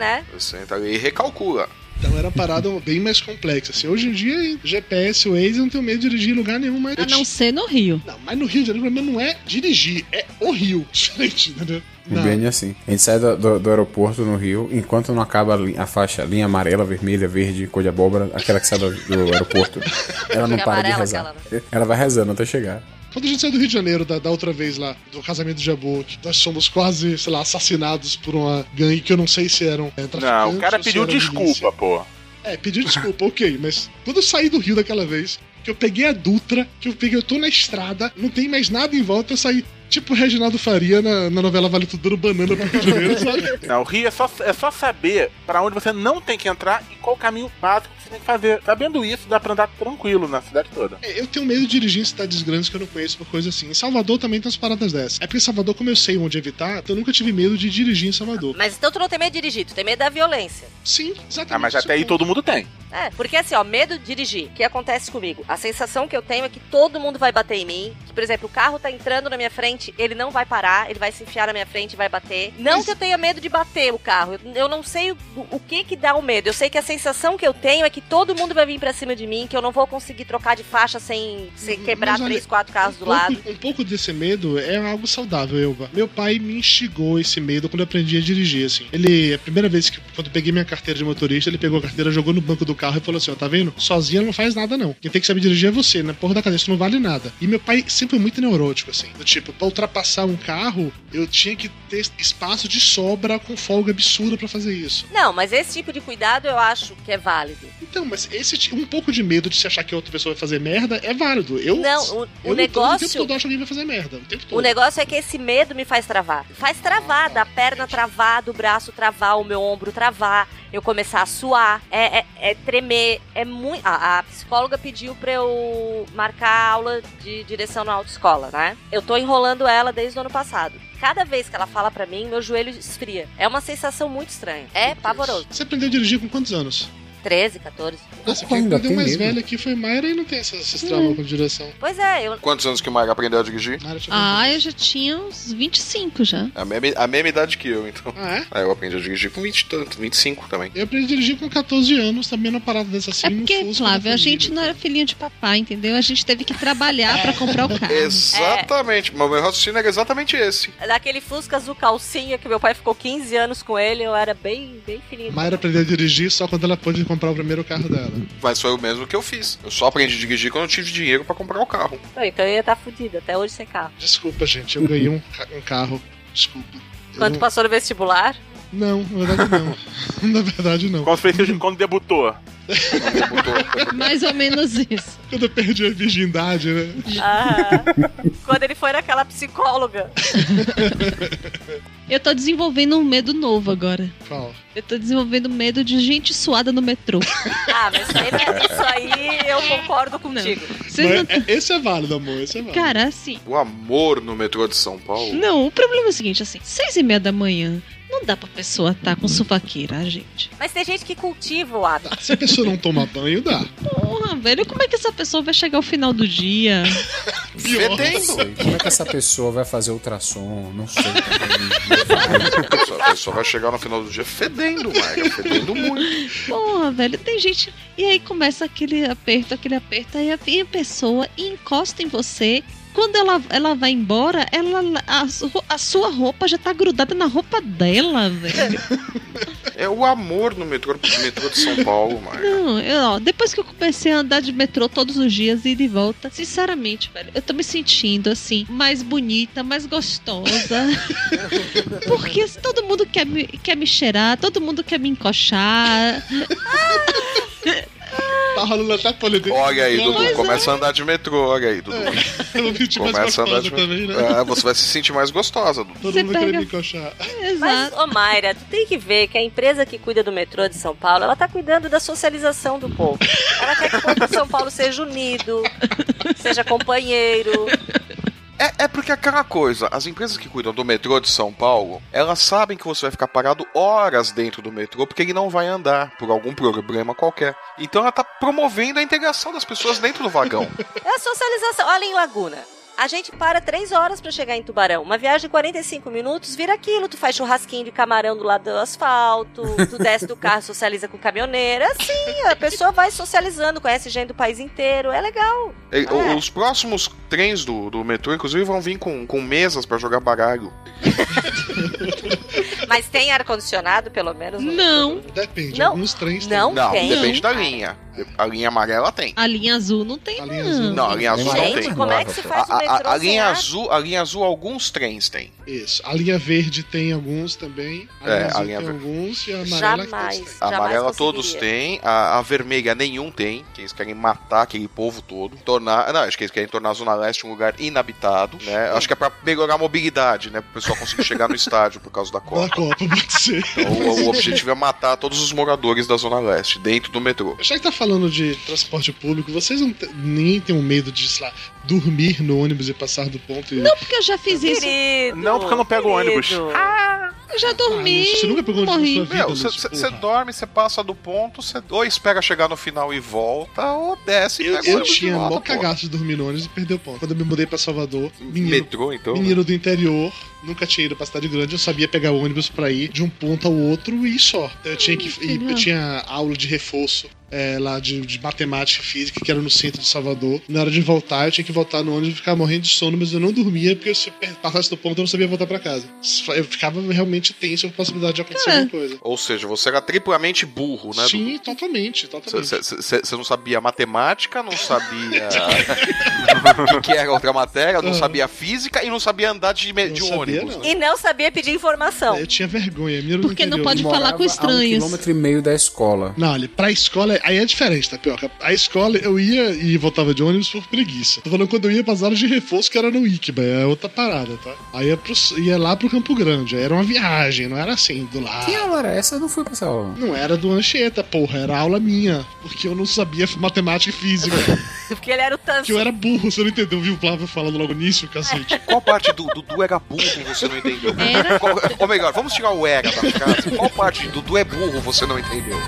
Speaker 7: né?
Speaker 5: Você entra ali e recalcula.
Speaker 2: Então era uma parada bem mais complexa. Assim, hoje em dia, hein, GPS, Waze, eu não tenho medo de dirigir em lugar nenhum, mas.
Speaker 3: A não ser no Rio.
Speaker 2: Não, mas no Rio de Janeiro, o problema não é dirigir, é o Rio. Gente, entendeu?
Speaker 6: O BN é assim. A gente sai do, do- do aeroporto no Rio, enquanto não acaba a, li- a faixa, a linha amarela, vermelha, verde, cor de abóbora, aquela que sai do, do aeroporto, ela não
Speaker 2: Fica
Speaker 6: para de
Speaker 2: amarela
Speaker 6: rezar.
Speaker 3: né?
Speaker 6: Ela vai rezando até chegar.
Speaker 2: Quando a gente saiu do Rio de Janeiro da, da outra vez lá, do casamento de Jabu, que nós somos quase, sei lá, assassinados por uma gangue que eu não sei se eram. É,
Speaker 4: Não, o cara
Speaker 2: traficantes
Speaker 4: pediu
Speaker 2: ou se era milícia.
Speaker 4: desculpa, pô.
Speaker 2: É, pediu desculpa, ok, mas quando eu saí do Rio daquela vez, que eu peguei a Dutra, que eu peguei, eu tô na estrada, não tem mais nada em volta, eu saí tipo o Reginaldo Faria na, na novela Vale Tudo dando banana pro Rio de Janeiro, sabe?
Speaker 4: Não, o Rio é só, é só saber pra onde você não tem que entrar e qual caminho básico que você tem que fazer. Sabendo isso, dá pra andar tranquilo na cidade toda.
Speaker 2: É, Eu tenho medo de dirigir em cidades grandes que eu não conheço por coisa assim. Em Salvador também tem umas paradas dessas. É porque em Salvador, como eu sei onde evitar, então eu nunca tive medo de dirigir em Salvador.
Speaker 7: Mas então tu não tem medo de dirigir, tu tem medo da violência.
Speaker 2: Sim, exatamente.
Speaker 4: Ah, mas até aí todo mundo tem.
Speaker 7: É, porque assim, ó, medo de dirigir. O que acontece comigo? A sensação que eu tenho é que todo mundo vai bater em mim. Que, por exemplo, o carro tá entrando na minha frente, ele não vai parar, ele vai se enfiar na minha frente e vai bater. Não que eu tenha medo de bater o carro. Eu, eu não sei o, o que que dá o medo. Eu sei que a sensação que eu tenho é que todo mundo vai vir pra cima de mim, que eu não vou conseguir trocar de faixa sem, sem quebrar
Speaker 2: Uhum. mas olha,
Speaker 7: três, quatro carros do
Speaker 2: pouco-
Speaker 7: lado.
Speaker 2: Um pouco desse medo é algo saudável, Elba. Meu pai me instigou esse medo quando eu aprendi a dirigir, assim. Ele, a primeira vez que, quando eu peguei minha carteira de motorista, ele pegou a carteira, jogou no banco do carro e falou assim, ó, tá vendo? Sozinha não faz nada, não. Quem tem que saber dirigir é você, na porra da cadeira, isso não vale nada. E meu pai sempre é muito neurótico, assim. Do tipo, pra ultrapassar um carro, eu tinha que ter espaço de sobra com folga absurda pra fazer isso.
Speaker 7: Não, mas esse tipo de cuidado eu acho que é válido.
Speaker 2: Então, mas esse ti- um pouco de medo de se achar que outra pessoa vai fazer merda é válido. Eu
Speaker 7: Não, o- o
Speaker 2: eu
Speaker 7: negócio-
Speaker 2: o tempo todo acho que alguém vai fazer merda, o tempo todo.
Speaker 7: O negócio é que esse medo me faz travar. Faz travar, da perna travar, do braço travar, o meu ombro travar, eu começar a suar, é, é- é tremer, é muito. A, a psicóloga pediu pra eu marcar aula de direção na autoescola, né? Eu tô enrolando ela desde o ano passado. Cada vez que ela fala pra mim, meu joelho esfria. É uma sensação muito estranha. É pavoroso.
Speaker 2: Você aprendeu a dirigir com quantos anos?
Speaker 7: 13, 14.
Speaker 2: Nossa,
Speaker 5: Pô,
Speaker 2: quem
Speaker 5: ainda
Speaker 2: aprendeu
Speaker 5: tem
Speaker 2: mais
Speaker 5: medo.
Speaker 2: velha aqui foi Mayra e não tem essas, esses traumas com direção.
Speaker 7: Pois é, eu.
Speaker 5: Quantos anos que o Maga aprendeu a dirigir?
Speaker 3: Ah, eu já tinha uns 25 já. É
Speaker 5: A mesma, a mesma idade que eu, então.
Speaker 2: Ah, é?
Speaker 5: Aí eu aprendi a dirigir com 20 e tanto, 25 também.
Speaker 2: Eu aprendi a dirigir com 14 anos, também numa parada dessa assim.
Speaker 3: É porque, Flávio, a gente não era filhinho de papai, entendeu? A gente teve que trabalhar pra comprar
Speaker 2: É.
Speaker 3: o carro.
Speaker 5: Exatamente, mas o meu raciocínio era exatamente esse.
Speaker 7: Daquele Fusca azul calcinha que meu pai ficou 15 anos com ele, eu era bem, bem filhinha.
Speaker 2: Mayra aprendeu a dirigir só quando ela pôde comprar o primeiro carro dela.
Speaker 5: Mas foi o mesmo que eu fiz. Eu só aprendi a dirigir quando eu tive dinheiro pra comprar o carro.
Speaker 7: Não, então eu ia estar fudida, até hoje sem carro.
Speaker 2: Desculpa, gente, eu ganhei um, ca- um carro. Desculpa. Eu
Speaker 7: Quando
Speaker 2: não-
Speaker 7: passou no vestibular,
Speaker 2: Não, na verdade não. na verdade não.
Speaker 4: Quando, fez, quando debutou.
Speaker 3: Mais ou menos isso.
Speaker 2: Quando eu perdi a virgindade, né?
Speaker 7: quando ele foi naquela psicóloga.
Speaker 3: Eu tô desenvolvendo um medo novo agora.
Speaker 2: Qual?
Speaker 3: Eu tô desenvolvendo medo de gente suada no metrô.
Speaker 7: Ah, mas isso aí, isso aí eu concordo contigo.
Speaker 2: Mas é- Esse é válido, amor, esse é válido.
Speaker 3: Cara, assim.
Speaker 5: O amor no metrô de São Paulo.
Speaker 3: Não, o problema é o seguinte, assim, seis e meia da manhã, não dá pra pessoa tá com suvaqueira, gente.
Speaker 7: Mas tem gente que cultiva o hábito.
Speaker 2: Se a pessoa não tomar banho, dá.
Speaker 3: Porra, velho, como é que essa pessoa vai chegar ao final do dia?
Speaker 6: Sei. Como é que essa pessoa vai fazer ultrassom? Não sei.
Speaker 5: A pessoa vai chegar no final do dia fedendo, Maga, fedendo muito.
Speaker 3: Porra, velho, tem gente. E aí começa aquele aperto, aquele aperto, aí vem a pessoa e encosta em você. Quando ela, ela vai embora, ela, a, su- a sua roupa já tá grudada na roupa dela, velho.
Speaker 5: É o amor no metrô, metrô de São Paulo, Maga.
Speaker 3: Não, eu, ó, depois que eu comecei a andar de metrô todos os dias, ida e volta, sinceramente, velho, eu tô me sentindo assim, mais bonita, mais gostosa. Porque todo mundo quer me, quer me cheirar, todo mundo quer me encoxar.
Speaker 2: rolando até polio dele.
Speaker 5: Olha aí, Dudu,
Speaker 2: Mas é.
Speaker 5: começa a andar de metrô, olha aí, Dudu.
Speaker 2: Eu vou sentir mais
Speaker 5: Começa a andar
Speaker 2: gostosa
Speaker 5: de
Speaker 2: também, né?
Speaker 5: É, você vai se sentir mais gostosa, Dudu.
Speaker 2: Todo mundo vai querer
Speaker 7: pega-
Speaker 2: me encoxar.
Speaker 7: Mas, ô Mayra, tu tem que ver que a empresa que cuida do metrô de São Paulo, ela tá cuidando da socialização do povo. Ela quer que o povo de São Paulo seja unido, seja companheiro.
Speaker 5: É, é porque aquela coisa, as empresas que cuidam do metrô de São Paulo, elas sabem que você vai ficar parado horas dentro do metrô porque ele não vai andar por algum problema qualquer. Então ela tá promovendo a integração das pessoas dentro do vagão.
Speaker 7: É a socialização. Olha em Laguna. A gente para três horas pra chegar em Tubarão. Uma viagem de 45 minutos vira aquilo. Tu faz churrasquinho de camarão do lado do asfalto, tu desce do carro, socializa com o caminhoneiro. É Assim, a pessoa vai socializando, conhece gente do país inteiro. É legal.
Speaker 5: E, o- Os próximos trens do, do metrô, inclusive, vão vir com, com mesas pra jogar baralho.
Speaker 7: Mas tem ar-condicionado, pelo menos?
Speaker 3: Não.
Speaker 2: Depende,
Speaker 7: Não.
Speaker 2: alguns trens
Speaker 7: Não,
Speaker 5: Não,
Speaker 7: tem.
Speaker 5: depende da linha. A linha amarela tem.
Speaker 3: A linha azul não tem,
Speaker 7: Hum.
Speaker 3: não.
Speaker 5: Não, a linha azul não
Speaker 7: Gente,
Speaker 5: tem.
Speaker 7: como é que se faz
Speaker 5: a,
Speaker 7: o metrô
Speaker 5: a- a
Speaker 7: sem
Speaker 5: linha
Speaker 7: ar?
Speaker 5: azul, a linha azul, alguns trens tem.
Speaker 2: Isso. A linha verde tem alguns também. A
Speaker 5: É,
Speaker 2: linha azul
Speaker 5: a linha
Speaker 2: tem
Speaker 5: verde.
Speaker 2: alguns e a amarela é que todos têm.
Speaker 7: Jamais.
Speaker 5: A amarela
Speaker 7: jamais
Speaker 5: todos
Speaker 7: conseguiria.
Speaker 5: têm, a, a vermelha nenhum tem, que eles querem matar aquele povo todo. Tornar, não, acho que eles querem tornar a Zona Leste um lugar inabitado, né? Acho que é pra melhorar a mobilidade, né? Pro pessoal conseguir chegar no estádio por causa da
Speaker 2: Da
Speaker 5: Copa.
Speaker 2: Copa, pode ser.
Speaker 5: Então, o, o objetivo é matar todos os moradores da Zona Leste, dentro do metrô.
Speaker 2: Já que tá falando de transporte público, vocês não te- nem têm um medo de, sei lá, dormir no ônibus e passar do ponto e. Ah,
Speaker 3: Não, porque eu já fiz isso.
Speaker 7: Querido,
Speaker 4: Não, porque eu não pego ônibus.
Speaker 3: Eu já dormi.
Speaker 2: Você nunca pegou um ônibus na
Speaker 3: morri.
Speaker 2: sua vida,
Speaker 5: Meu,
Speaker 2: Lúcio,
Speaker 5: você
Speaker 2: porra.
Speaker 5: dorme, você passa do ponto, você ou espera chegar no final e volta, ou desce e
Speaker 2: Eu,
Speaker 5: pega o
Speaker 2: eu
Speaker 5: ônibus de
Speaker 2: tinha
Speaker 5: volta,
Speaker 2: mó
Speaker 5: pô.
Speaker 2: cagaço de dormir no ônibus e perder o ponto. Quando eu me mudei pra Salvador, menino,
Speaker 5: Metrô, então?
Speaker 2: menino do interior, nunca tinha ido pra cidade grande, eu sabia pegar o ônibus pra ir de um ponto ao outro e só. Então eu tinha que. e eu tinha aula de reforço. é, lá de, de matemática e física, que era no centro de Salvador. Na hora de voltar, eu tinha que voltar no ônibus e ficar morrendo de sono, mas eu não dormia, porque se eu passasse do ponto, eu não sabia voltar pra casa. Eu ficava realmente tenso com a possibilidade de acontecer
Speaker 3: Cara.
Speaker 2: alguma coisa.
Speaker 5: Ou seja, você era triplamente burro, né? Dudu?
Speaker 2: Sim, totalmente, totalmente.
Speaker 5: Você não sabia matemática, não sabia o que era outra matéria, não sabia física e não sabia andar de, me- de
Speaker 2: Ah. sabia,
Speaker 5: ônibus.
Speaker 7: E não sabia pedir informação.
Speaker 2: Eu tinha vergonha, menino do
Speaker 3: Porque não
Speaker 2: interior.
Speaker 3: pode falar com
Speaker 6: A um
Speaker 3: estranhos.
Speaker 6: quilômetro e meio da escola.
Speaker 2: Não, olha, pra escola, aí é diferente, Tapioca. A escola, eu ia e voltava de ônibus por preguiça. Tô falando quando eu ia pras aulas de reforço, que era no Iquiba, é outra parada, tá? Aí ia, pro- ia lá pro Campo Grande, aí era uma viagem, não era assim, do lado.
Speaker 6: Que aula era essa? Eu não fui pra essa aula.
Speaker 2: Não era do Anchieta, porra, era aula minha, porque eu não sabia matemática e física.
Speaker 7: Porque ele era o tanto.
Speaker 2: que eu era burro, você não entendeu, viu, Flávio, falando logo nisso, cacete.
Speaker 5: Qual parte do Dudu era burro você não entendeu?
Speaker 3: Era.
Speaker 5: Qual- ou melhor, vamos tirar o era da frase. Qual parte do Dudu é burro você não entendeu?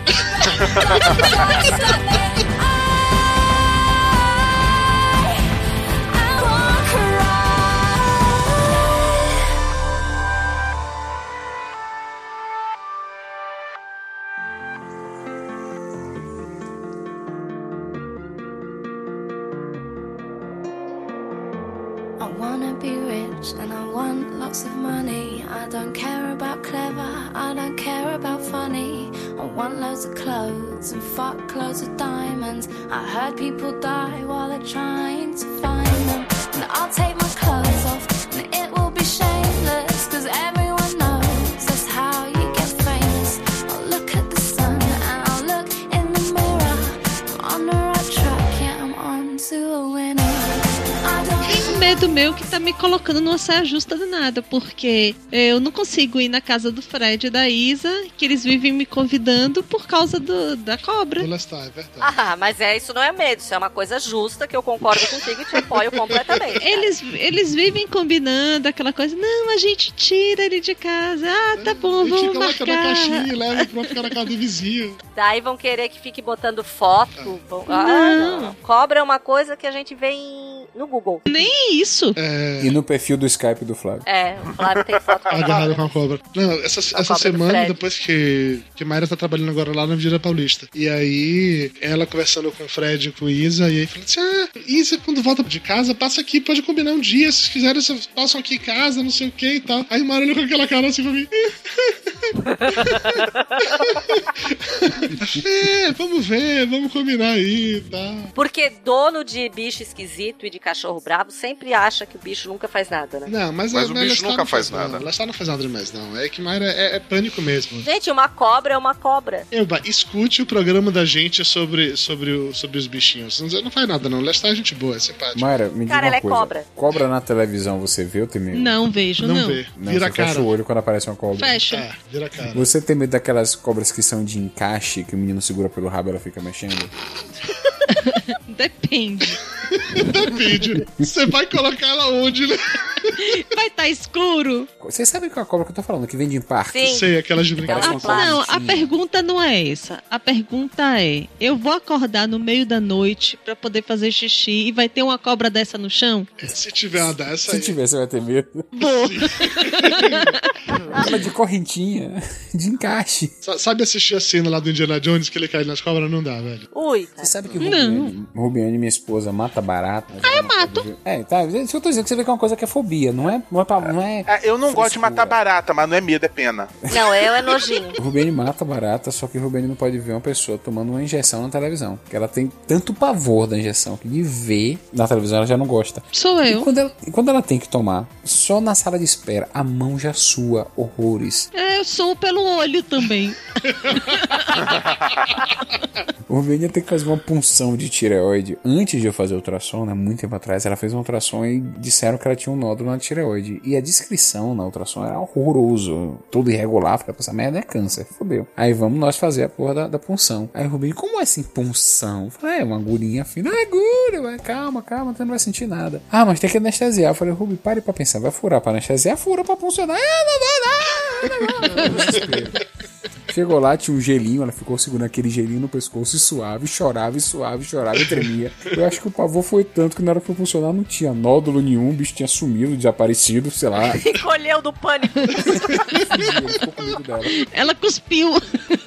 Speaker 11: I wanna be rich and I want lots of money. I don't care about clever, I don't care about funny. I want loads of clothes and fuck loads of diamonds. I heard people die while they're trying to find them. And I'll take my clothes off and it will be shameless. Cause everyone knows that's how you get famous. I'll look at the sun and I'll look in the mirror. I'm on the right track, yeah, I'm on to a winner. I don't
Speaker 3: Tem medo meu que tá me colocando numa saia justa do nada, porque eu não consigo ir na casa do Fred e da Isa, que eles vivem me convidando por causa do, da cobra.
Speaker 2: Do Last Time, é verdade.
Speaker 7: Ah, mas é, isso não é medo, isso é uma coisa justa que eu concordo contigo e te apoio completamente.
Speaker 3: Eles, eles vivem combinando aquela coisa, não, a gente tira ele de casa, ah, tá bom,
Speaker 2: E
Speaker 3: vamos
Speaker 2: fica lá na caixinha
Speaker 3: marcar.
Speaker 2: e leva pra ficar na casa do vizinho.
Speaker 7: Daí vão querer que fique botando foto. vão- Ah,
Speaker 3: Não.
Speaker 7: não. Cobra é uma coisa que a gente vê em- no Google.
Speaker 3: É isso.
Speaker 2: É.
Speaker 6: E no perfil do Skype do Flávio.
Speaker 7: É, o Flávio tem foto com
Speaker 2: Agarrada
Speaker 7: cobra.
Speaker 2: com a cobra. Ah, Não, essa,
Speaker 7: A
Speaker 2: essa
Speaker 7: cobra do
Speaker 2: semana,
Speaker 7: Fred.
Speaker 2: depois que, que Mayra tá trabalhando agora lá na Vila Paulista. E aí, ela conversando com o Fred e com Isa, e aí falando assim: Ah, Isa, quando volta de casa, passa aqui, pode combinar um dia. Se vocês quiserem, vocês passam aqui em casa, não sei o que e tal. Aí Mayra olhou com aquela cara assim pra mim. É, vamos ver, vamos combinar aí, tá?
Speaker 7: Porque dono de bicho esquisito e de cachorro bravo sempre acha que o bicho nunca faz nada, né?
Speaker 2: Não, mas, a- ela está não Não, ela está não faz nada mais, não. É que Mayra é, é pânico mesmo.
Speaker 7: Gente, uma cobra é uma cobra.
Speaker 2: Elba, escute o programa da gente sobre, sobre, o- sobre os bichinhos. Não, não faz nada, não. Lestar é gente boa, é simpática.
Speaker 6: Mayra, me diz
Speaker 2: Cara,
Speaker 6: uma
Speaker 2: ela é
Speaker 6: coisa.
Speaker 2: cobra.
Speaker 6: Cobra na televisão você vê ou tem medo?
Speaker 3: Não vejo, não.
Speaker 6: Não, você fecha o olho quando aparece uma cobra.
Speaker 3: Fecha.
Speaker 2: É, vira a cara.
Speaker 6: Você tem medo daquelas cobras que são de encaixe, que o menino segura pelo rabo e ela fica mexendo?
Speaker 2: É.
Speaker 3: Depende.
Speaker 2: Depende. Você vai colocar ela onde, né?
Speaker 3: Vai estar escuro.
Speaker 6: Vocês sabem qual é a cobra que eu tô falando, que vende em parque?
Speaker 3: Sim. Sei,
Speaker 2: aquelas de
Speaker 6: Parece uma
Speaker 3: Ah, não, a
Speaker 6: cobrinha.
Speaker 3: pergunta não é essa. A pergunta é: eu vou acordar no meio da noite pra poder fazer xixi e vai ter uma cobra dessa no chão?
Speaker 2: Se tiver uma dessa
Speaker 6: Se
Speaker 2: aí.
Speaker 6: tiver, você vai ter medo.
Speaker 3: Boa.
Speaker 6: Ah, mas de correntinha, de encaixe.
Speaker 2: Sa- Sabe assistir a cena lá do Indiana Jones que ele cai nas cobras? Não dá, velho.
Speaker 7: Ui.
Speaker 6: Você sabe que o
Speaker 3: Não.
Speaker 6: Rubiane, Rubiane, minha esposa, mata barata.
Speaker 3: Ah, eu mato.
Speaker 6: É, tá. Isso que eu tô dizendo, que você vê que é uma coisa que é fobia, não é? Não é, pra, não é...
Speaker 4: É, eu não gosto de matar barata, mas não é medo, é pena.
Speaker 7: Não, eu é nojinho.
Speaker 6: O Rubiane mata barata, só que o Rubiane não pode ver uma pessoa tomando uma injeção na televisão. Porque ela tem tanto pavor da injeção que de ver na televisão ela já não gosta.
Speaker 3: Sou
Speaker 6: eu. E quando ela, e quando ela tem que tomar, só na sala de espera, a mão já sua horrores.
Speaker 3: É, eu sou pelo olho também.
Speaker 6: O Rubiane ia ter que fazer uma punção de tireoide. Antes de eu fazer o ultrassom, né, muito tempo atrás, ela fez uma ultrassom e disseram que ela tinha um nódulo na tireoide. E a descrição na ultrassom era horroroso. Todo irregular. Falei, "Pô, essa merda é câncer. Fodeu. Aí vamos nós fazer a porra da, da punção. Aí o Rubiane, como é assim punção? Eu Falei, é uma agulhinha fina. Ah, agulha, vai, calma, calma, você não vai sentir nada. Ah, mas tem que anestesiar. Eu falei, Rubi, pare pra pensar. Vai furar pra anestesiar? Fura pra funcionar. Ah, não vai dar. não vai dar." Chegou lá, tinha um gelinho, ela ficou segurando aquele gelinho no pescoço e suave, chorava e suave, chorava e tremia. Eu acho que o pavor foi tanto que na hora que foi funcionar não tinha nódulo nenhum, o bicho tinha sumido, desaparecido, sei lá.
Speaker 7: Encolheu do pânico.
Speaker 3: Ela cuspiu.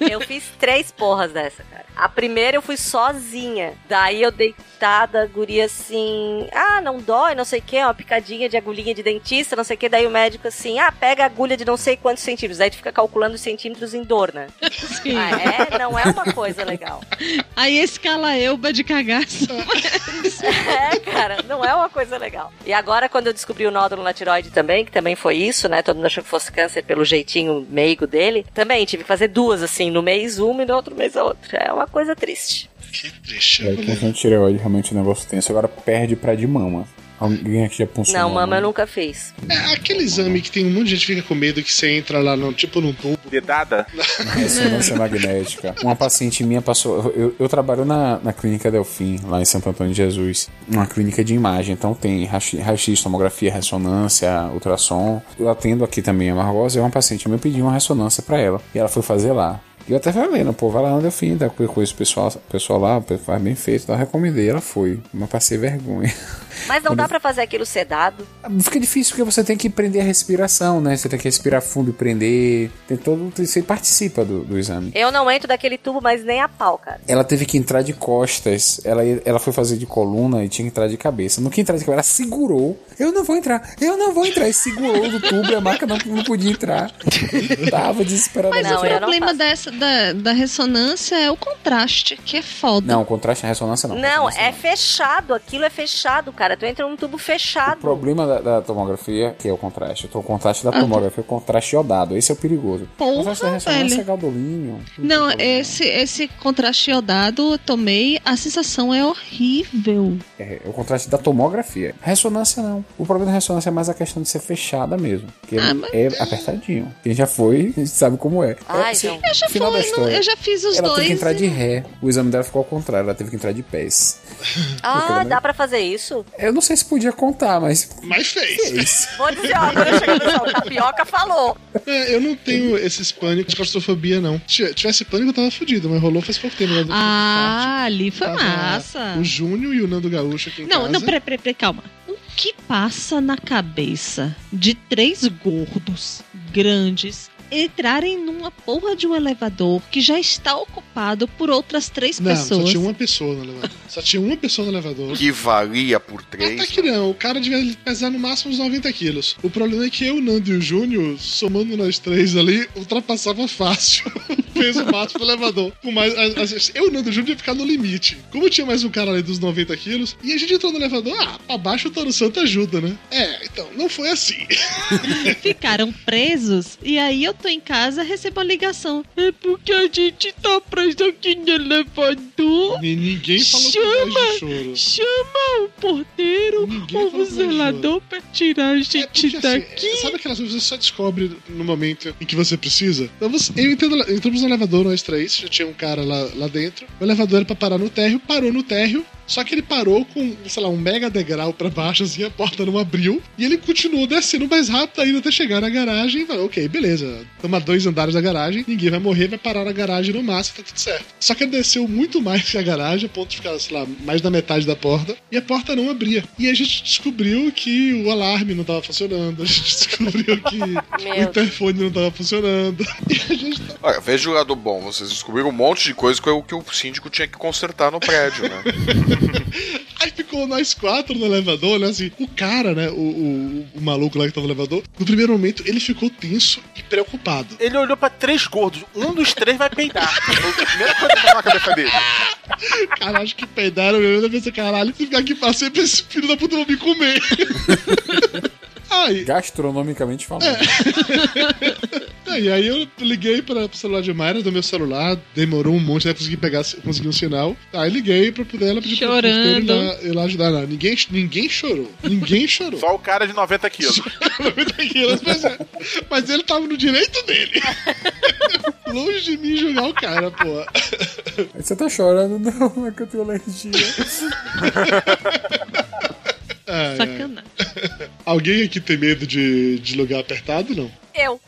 Speaker 7: Eu fiz três porras dessa, cara. A primeira eu fui sozinha. Daí eu deitada, a guria assim. Ah, não dói, não sei o que, uma picadinha de agulhinha de dentista, não sei o que. Daí o médico assim, ah, pega a agulha de não sei quantos centímetros. Daí tu fica calculando os centímetros em dor, né?
Speaker 3: Sim.
Speaker 7: Ah, é? Não é uma coisa legal.
Speaker 3: Aí escala Elba de cagaço.
Speaker 7: É, cara, não é uma coisa legal. E agora, quando eu descobri o nódulo na tiroide também, que também foi isso, né? Todo mundo achou que fosse câncer pelo jeitinho meigo dele. Também tive que fazer duas, assim, no mês uma e no outro mês a outra. É uma coisa triste.
Speaker 6: É, punção de tireoide realmente o negócio tenso. Agora perde pra de mama. Alguém aqui já puncionou?
Speaker 7: não, mama,
Speaker 6: a
Speaker 7: eu nunca fiz.
Speaker 2: É aquele exame que tem um monte de gente que fica com medo que você entra lá, no, tipo num tubo.
Speaker 4: Dedada?
Speaker 6: Ressonância magnética. Uma paciente minha passou. Eu, eu trabalho na, na clínica Delfim, lá em Santo Antônio de Jesus. Uma clínica de imagem. Então tem raio- raio-x, tomografia, ressonância, ultrassom. Eu atendo aqui também a Margosa. E uma paciente minha pediu uma ressonância pra ela. E ela foi fazer lá. E eu até falei, não, pô, vai lá no Delfim, dá qualquer coisa pro pessoal, pro pessoal lá, faz bem feito, tá? eu recomendei, ela foi, mas passei vergonha.
Speaker 7: Mas não
Speaker 6: Quando-
Speaker 7: dá pra fazer aquilo sedado.
Speaker 6: Fica difícil porque você tem que prender a respiração, né? Você tem que respirar fundo e prender, tem todo, você participa do, do exame.
Speaker 7: Eu não entro daquele tubo, mas nem a pau, cara.
Speaker 6: Ela teve que entrar de costas. Ela, ela foi fazer de coluna e tinha que entrar de cabeça. No que entrar de cabeça, ela segurou. Eu não vou entrar, eu não vou entrar. E segurou do tubo e a marca não, não podia entrar. Tava desesperada.
Speaker 3: Mas o problema dessa, da, da ressonância é o contraste, que é foda.
Speaker 6: Não, contraste na ressonância não.
Speaker 7: um Não, é fechado. Aquilo é fechado, cara. Tu entra num tubo
Speaker 6: O
Speaker 7: fechado.
Speaker 6: problema da, da tomografia, que é o contraste. O contraste da
Speaker 3: Ah, tá.
Speaker 6: tomografia é o contraste iodado. Esse é o perigoso.
Speaker 3: Porra,
Speaker 6: o contraste da ressonância
Speaker 3: velho.
Speaker 6: é galdolinho.
Speaker 3: Não, esse, esse contraste iodado eu tomei, a sensação é horrível.
Speaker 6: É, é o contraste da tomografia. Ressonância não. O problema da ressonância é mais a questão de ser fechada mesmo. Porque
Speaker 3: Ah,
Speaker 6: é apertadinho. Quem já foi, a gente sabe como é.
Speaker 3: Ai,
Speaker 6: é,
Speaker 3: gente. Eu já
Speaker 6: final
Speaker 3: fui,
Speaker 6: da
Speaker 3: não-
Speaker 6: história.
Speaker 3: eu já fiz os
Speaker 6: Ela teve que
Speaker 3: dois
Speaker 6: entrar
Speaker 3: e-
Speaker 6: de ré. O exame dela ficou ao contrário. Ela teve que entrar de pés.
Speaker 7: Ah,
Speaker 6: problema-
Speaker 7: dá pra fazer isso?
Speaker 6: Eu não sei se podia contar, mas...
Speaker 2: Mas fez.
Speaker 7: Vou dizer, ó, quando eu cheguei no salão, tapioca falou.
Speaker 2: É, eu não tenho esses pânicos de claustrofobia, não. Se tivesse pânico, eu tava fudido, mas rolou faz pouco tempo. né?
Speaker 3: Ah, ali foi
Speaker 2: Tava
Speaker 3: massa.
Speaker 2: O Júnior e o Nando Gaúcho aqui em
Speaker 3: Não,
Speaker 2: casa.
Speaker 3: não, peraí, peraí, peraí, calma. O que passa na cabeça de três gordos grandes, entrarem numa porra de um elevador que já está ocupado por outras três
Speaker 2: Não,
Speaker 3: pessoas.
Speaker 2: só tinha uma pessoa no elevador. Só tinha uma pessoa no elevador.
Speaker 5: Que valia por
Speaker 2: Até
Speaker 5: três.
Speaker 2: que não, o cara devia pesar no máximo uns 90 quilos. O problema é que eu, Nando e o Júnior, somando nós três ali, ultrapassava fácil o peso máximo do elevador. Por mais, as- as- eu, Nando e o Júnior ia ficar no limite. Como tinha mais um cara ali dos 90 quilos, e a gente entrou no elevador, ah, abaixo o Toro Santo ajuda, né? É, então, não foi assim.
Speaker 3: Ficaram presos e aí eu tô em casa recebo a ligação. É porque a gente tá preso aqui no elevador.
Speaker 2: E ninguém falou com voz de choro.
Speaker 3: chama, chama o porteiro ou o zelador pra tirar a gente tá
Speaker 2: Porque, assim,
Speaker 3: daqui.
Speaker 2: Sabe aquelas coisas que você só descobre no momento em que você precisa? Então, você- eu entendo, entramos no elevador, nós três, já tinha um cara lá, lá dentro. O elevador era pra parar no térreo, parou no térreo. Só que ele parou com, sei lá, um mega degrau pra baixo, assim, a porta não abriu. E ele continuou descendo mais rápido ainda até chegar na garagem. E falou, ok, beleza. Tamo a dois andares da garagem, ninguém vai morrer, vai parar na garagem no máximo, tá tudo certo. Só que ele desceu muito mais que a garagem, a ponto de ficar, sei lá, mais da metade da porta. E a porta não abria. E a gente descobriu que o alarme não tava funcionando. A gente descobriu que o interfone não tava funcionando.
Speaker 5: Olha, veja o lado bom, vocês descobriram um monte de coisa que o que o síndico tinha que consertar no prédio, né?
Speaker 2: Aí ficou nós quatro no elevador, né? Assim, o cara, né? O, o- o maluco lá que tava no elevador, no primeiro momento ele ficou tenso e preocupado.
Speaker 4: Ele olhou pra três gordos, um dos três vai peidar. Foi a
Speaker 5: primeira coisa que passou na cabeça dele.
Speaker 2: Cara, acho que peidaram eu eu pensei, caralho, se ficar aqui pra sempre, esse filho da puta vai me comer. Ai.
Speaker 6: Gastronomicamente falando.
Speaker 2: É, e aí eu liguei para o celular de Mayra do meu celular, demorou um monte até conseguir pegar, conseguir um sinal. Aí liguei para poder ela pedir pro porteiro
Speaker 4: Chorando.
Speaker 2: ir lá, ir lá ajudar. Não, ninguém, ninguém chorou. Ninguém chorou.
Speaker 4: Só o cara de 90 quilos.
Speaker 2: Daquelas, mas, é. Mas ele tava no direito dele. Longe de mim julgar o cara, pô.
Speaker 6: Aí Você tá chorando, não, é que eu tenho alergia.
Speaker 2: Ai, ai.
Speaker 6: Sacanagem.
Speaker 2: Alguém aqui tem medo de, de lugar apertado, não?
Speaker 7: Eu.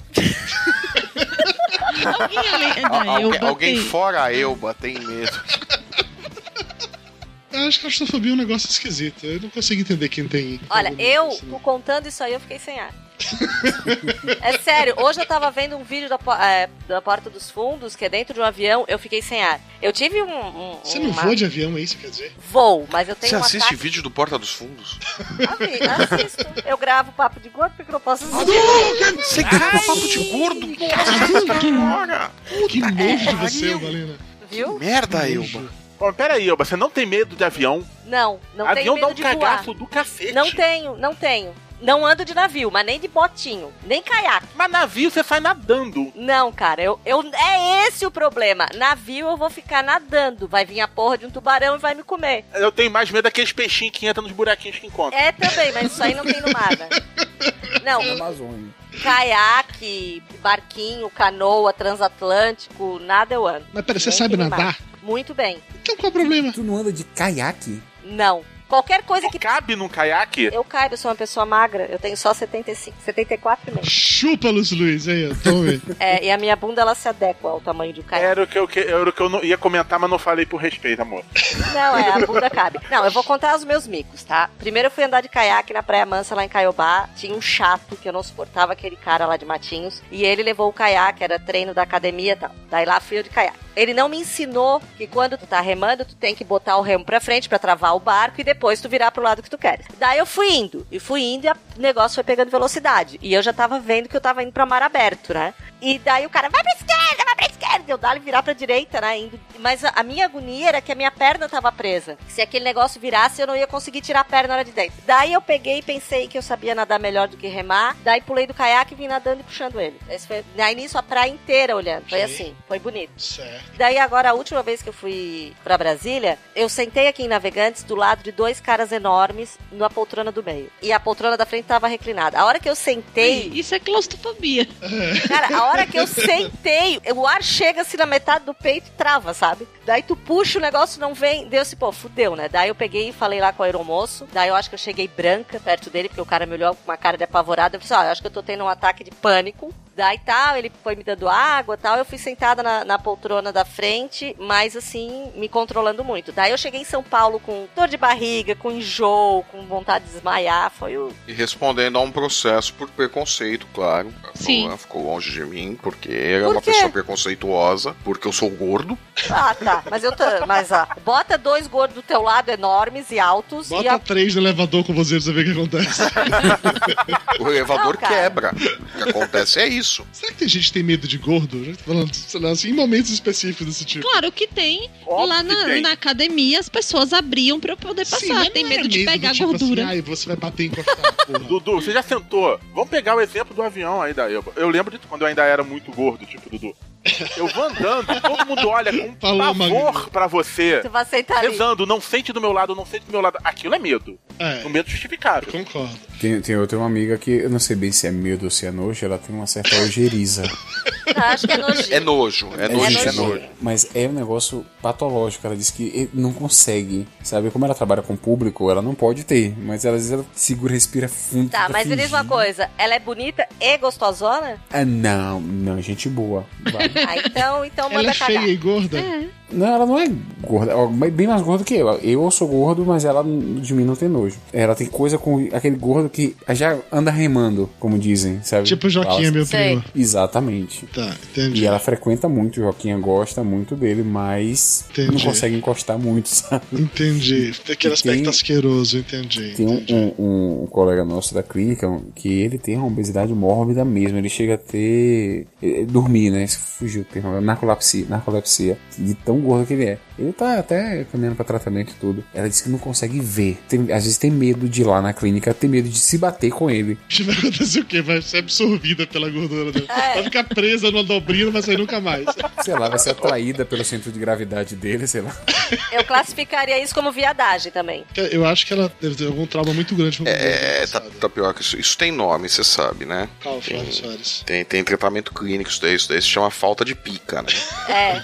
Speaker 3: Alguém além
Speaker 5: Al-
Speaker 3: da
Speaker 5: alguém,
Speaker 3: Elba
Speaker 5: alguém
Speaker 3: tem-
Speaker 5: fora a Elba tem medo.
Speaker 2: Eu acho que a claustrofobia é um negócio esquisito. Eu não consigo entender quem tem. assim.
Speaker 7: Olha, eu, contando isso aí, eu fiquei sem ar. é sério, hoje eu tava vendo um vídeo da, po- é, da Porta dos Fundos, que é dentro de um avião, eu fiquei sem ar. Eu tive um. um-
Speaker 2: Você não
Speaker 7: uma-
Speaker 2: voa de avião, é isso que quer dizer?
Speaker 7: Voo, mas eu tenho
Speaker 5: Você
Speaker 7: um
Speaker 5: assiste
Speaker 7: ataque.
Speaker 5: vídeo do Porta dos Fundos?
Speaker 7: Assisto. Eu gravo papo de gordo porque eu não posso assistir.
Speaker 5: Você grava papo de gordo? Nossa senhora!
Speaker 2: Que nojo
Speaker 7: é,
Speaker 2: de você,
Speaker 7: pariu.
Speaker 2: Valena.
Speaker 7: Viu?
Speaker 5: Merda,
Speaker 4: Elba. Bom, peraí, Elba, você não tem medo de avião?
Speaker 7: Não, não
Speaker 4: Avião
Speaker 7: tenho medo
Speaker 4: dá um
Speaker 7: de
Speaker 4: cagaço
Speaker 7: voar.
Speaker 4: do cacete.
Speaker 7: Não tenho, não tenho. Não ando de navio, mas nem de botinho, nem caiaque.
Speaker 4: Mas navio você sai nadando.
Speaker 7: Não, cara, eu, eu é esse o problema. Navio eu vou ficar nadando, vai vir a porra de um tubarão e vai me comer.
Speaker 4: Eu tenho mais medo daqueles peixinhos que entram nos buraquinhos que encontram.
Speaker 7: É também, mas isso aí não tem no mar. né? Não,
Speaker 6: Amazônia.
Speaker 7: caiaque, barquinho, canoa, transatlântico, nada eu ando.
Speaker 2: Mas pera, você
Speaker 7: Nem
Speaker 2: sabe
Speaker 7: no mar.
Speaker 2: nadar?
Speaker 7: Muito bem.
Speaker 2: Então qual o problema?
Speaker 6: Tu não anda de caiaque?
Speaker 7: Não. Qualquer coisa é que. É, um
Speaker 4: Cabe num caiaque?
Speaker 7: Eu caibo, eu sou uma pessoa magra. Eu tenho só 75, 74 meses.
Speaker 2: Chupa, Luz Luiz, aí, ó, tome.
Speaker 7: É, e a minha bunda ela se adequa ao tamanho do caiaque.
Speaker 4: Era o que eu, que- era o que eu não ia comentar, mas não falei por respeito, amor.
Speaker 7: Não, é, a bunda cabe. Não, eu vou contar os meus micos, tá? Primeiro eu fui andar de caiaque na Praia Mansa, lá em Caiobá. Tinha um chato que eu não suportava, aquele cara lá de Matinhos. E ele levou o caiaque, era treino da academia e tal. Daí lá fui eu de caiaque. Ele não me ensinou que quando tu tá remando, tu tem que botar o remo pra frente pra travar o barco e depois tu virar pro lado que tu queres. Daí eu fui indo, e fui indo e a- o negócio foi pegando velocidade. E eu já tava vendo que eu tava indo pra mar aberto, né? E daí o cara, vai pra esquerda, vai pra esquerda. Eu dali virar pra direita, né? Indo. Mas a, a minha agonia era que a minha perna tava presa. Se aquele negócio virasse, eu não ia conseguir tirar a perna lá de dentro. Daí eu peguei e pensei que eu sabia nadar melhor do que remar. Daí pulei do caiaque e vim nadando e puxando ele. Esse foi, daí nisso a praia inteira olhando. Foi
Speaker 2: Ok.
Speaker 7: assim, foi bonito.
Speaker 2: Certo.
Speaker 7: Daí agora, a última vez que eu fui pra Brasília, eu sentei aqui em Navegantes do lado de dois caras enormes na poltrona do meio. E a poltrona da frente tava reclinada. A hora que eu sentei.
Speaker 3: Isso é claustrofobia.
Speaker 7: Cara, a hora que eu sentei, o ar chega assim na metade do peito e trava, sabe? Daí tu puxa o negócio, não vem. Deu se pô, fudeu, né? Daí eu peguei e falei lá com o aeromoço. Daí eu acho que eu cheguei branca perto dele, porque o cara me olhou com uma cara de apavorada. Eu pensei, ó, eu acho que eu tô tendo um ataque de pânico. Daí tal, ele foi me dando água tal. Eu fui sentada na, na poltrona da frente, mas assim, me controlando muito. Daí eu cheguei em São Paulo com dor de barriga, com enjoo, com vontade de desmaiar. Foi o.
Speaker 5: E respondendo a um processo por preconceito, claro. A
Speaker 7: Sim.
Speaker 5: Luan ficou longe de mim, porque era
Speaker 7: Por
Speaker 5: uma
Speaker 7: quê?
Speaker 5: pessoa preconceituosa, porque eu sou gordo.
Speaker 7: Ah, tá. Mas eu tô. Mas ó, bota dois gordos do teu lado enormes e altos. e
Speaker 2: Bota um
Speaker 7: a...
Speaker 2: três no elevador com você pra você ver o que acontece.
Speaker 5: O elevador
Speaker 7: Não, cara.
Speaker 5: quebra. O que acontece é isso.
Speaker 2: Será que tem gente que tem medo de gordo? Já tô falando, sei lá, assim, em momentos específicos desse tipo.
Speaker 3: Claro que tem. lá na,
Speaker 2: tem.
Speaker 3: na academia as pessoas abriam pra eu poder passar.
Speaker 2: mas
Speaker 3: tem
Speaker 2: não
Speaker 3: medo
Speaker 2: era
Speaker 3: de
Speaker 2: mesmo,
Speaker 3: pegar
Speaker 2: do tipo
Speaker 3: gordura.
Speaker 2: Assim, Ai, você vai bater em qualquer
Speaker 4: Dudu, você já sentou. Vamos pegar o exemplo do avião aí da Elba. Eu lembro de quando eu ainda era muito gordo, tipo, Dudu. Eu vou andando, todo mundo olha com
Speaker 2: Falou,
Speaker 4: pavor
Speaker 2: Magno.
Speaker 4: pra você.
Speaker 7: Tu vai sentar ali.
Speaker 4: Rezando, não sente do meu lado, não sente do meu lado. Aquilo é medo.
Speaker 2: É.
Speaker 4: Um medo justificável.
Speaker 2: Concordo.
Speaker 6: Tem, tem outra amiga que eu não sei bem se é medo ou se é nojo, ela tem uma certa algeriza.
Speaker 7: Acho que é nojo.
Speaker 5: É nojo, é nojo,
Speaker 6: gente,
Speaker 5: é nojo.
Speaker 6: Mas é um negócio patológico. Ela diz que não consegue, sabe? Como ela trabalha com público, ela não pode ter. Mas ela, às vezes ela segura, respira fundo.
Speaker 7: Tá,
Speaker 6: tenta
Speaker 7: mas me diz
Speaker 6: fingir.
Speaker 7: uma coisa, ela é bonita e gostosona?
Speaker 6: Ah, não, não, gente boa. Vai.
Speaker 7: Ah, então, então manda
Speaker 2: Ela é
Speaker 7: cagar.
Speaker 2: feia e gorda?
Speaker 6: Não, ela não é gorda, ela é bem mais gorda que eu. Eu sou gordo, mas ela de mim não tem nojo. Ela tem coisa com aquele gordo que já anda remando, como dizem, sabe?
Speaker 2: Tipo o Joquinha,
Speaker 6: Ela-
Speaker 2: meu Sei. primo.
Speaker 6: Exatamente.
Speaker 2: Tá, entendi.
Speaker 6: E ela frequenta muito, o Joquinha gosta muito dele, mas não
Speaker 2: Entendi.
Speaker 6: consegue encostar muito, sabe?
Speaker 2: Entendi. Tem aquele
Speaker 6: E
Speaker 2: aspecto
Speaker 6: tem-
Speaker 2: asqueroso, entendi.
Speaker 6: Tem um, um- um colega nosso da clínica um, que ele tem uma obesidade mórbida mesmo. Ele chega a ter. eh, dormir, né? Isso Fugiu o termo. Narcolepsia, narcolepsia. De tão gordo que ele é. Ele tá até caminhando pra tratamento e tudo. Ela disse que não consegue ver. Tem- às vezes tem medo de ir lá na clínica, tem medo de se bater com ele.
Speaker 2: Vai acontecer o quê? Vai ser absorvida pela gordura dela. Vai ficar presa numa dobrinha e não vai sair nunca mais.
Speaker 6: Sei lá, vai ser atraída pelo centro de gravidade dele, sei lá.
Speaker 7: Eu classificaria isso como viadagem também.
Speaker 2: Eu acho que ela deve ter algum trauma muito grande com é...
Speaker 5: É, tá, tapioca, isso, isso tem nome, você sabe, né?
Speaker 2: Calma, Flávio Soares.
Speaker 5: Tem, tem tratamento clínico, isso daí, isso daí se chama falta de pica, né?
Speaker 7: É.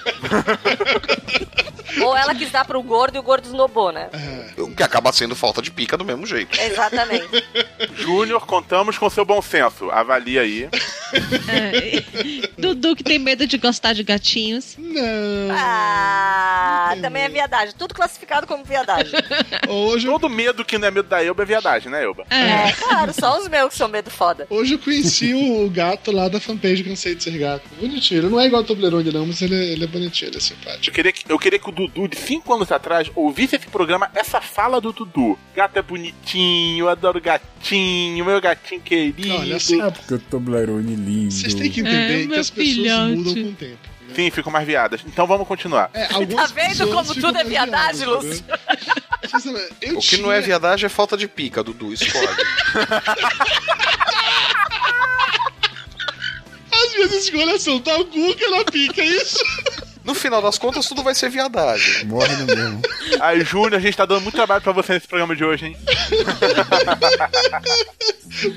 Speaker 7: Ou ela quis dar pro gordo e o gordo esnobou, né?
Speaker 5: O que acaba sendo falta de pica do mesmo jeito.
Speaker 2: É.
Speaker 7: É, Exatamente.
Speaker 4: Júnior, contamos com seu bom senso. Avalia aí.
Speaker 3: É. Dudu que tem medo de gostar de gatinhos.
Speaker 2: Não.
Speaker 7: Ah, também é viadagem. Tudo classificado como viadagem.
Speaker 4: Todo medo que não é medo da Elba é viadagem, né, Elba?
Speaker 7: É, claro, só os meus que são medo foda.
Speaker 2: Hoje eu conheci o gato lá da fanpage Cansei de Ser Gato. Bonitinho. Ele não é igual ao Toblerone, não, mas ele é, ele é bonitinho, ele é simpático.
Speaker 4: Eu queria, que, eu queria que o Dudu, de 5 anos atrás, ouvisse esse programa, essa fala do Dudu. Gato é bonitinho, adoro gatinho, meu gatinho querido.
Speaker 2: Olha, assim,
Speaker 6: Ah, porque o Toblerone lindo.
Speaker 2: Vocês têm que entender que as pessoas mudam com o tempo.
Speaker 4: Sim, ficam mais viadas. Então vamos continuar.
Speaker 2: É, algumas
Speaker 7: Tá vendo
Speaker 2: pessoas
Speaker 7: como
Speaker 2: ficam
Speaker 7: tudo é
Speaker 2: mais
Speaker 7: viadagem,
Speaker 2: viadas,
Speaker 7: Lúcio?
Speaker 2: né? Vocês não- Eu
Speaker 5: O que não é
Speaker 2: tinha-
Speaker 5: viadagem é falta de pica, Dudu, escolhe.
Speaker 2: As minhas escolhas são tá o Guga na pica, é isso?
Speaker 5: No final das contas, tudo vai ser viadagem.
Speaker 6: Morre no mesmo.
Speaker 4: Aí, Júnior, a gente tá dando muito trabalho pra você nesse programa de hoje, hein?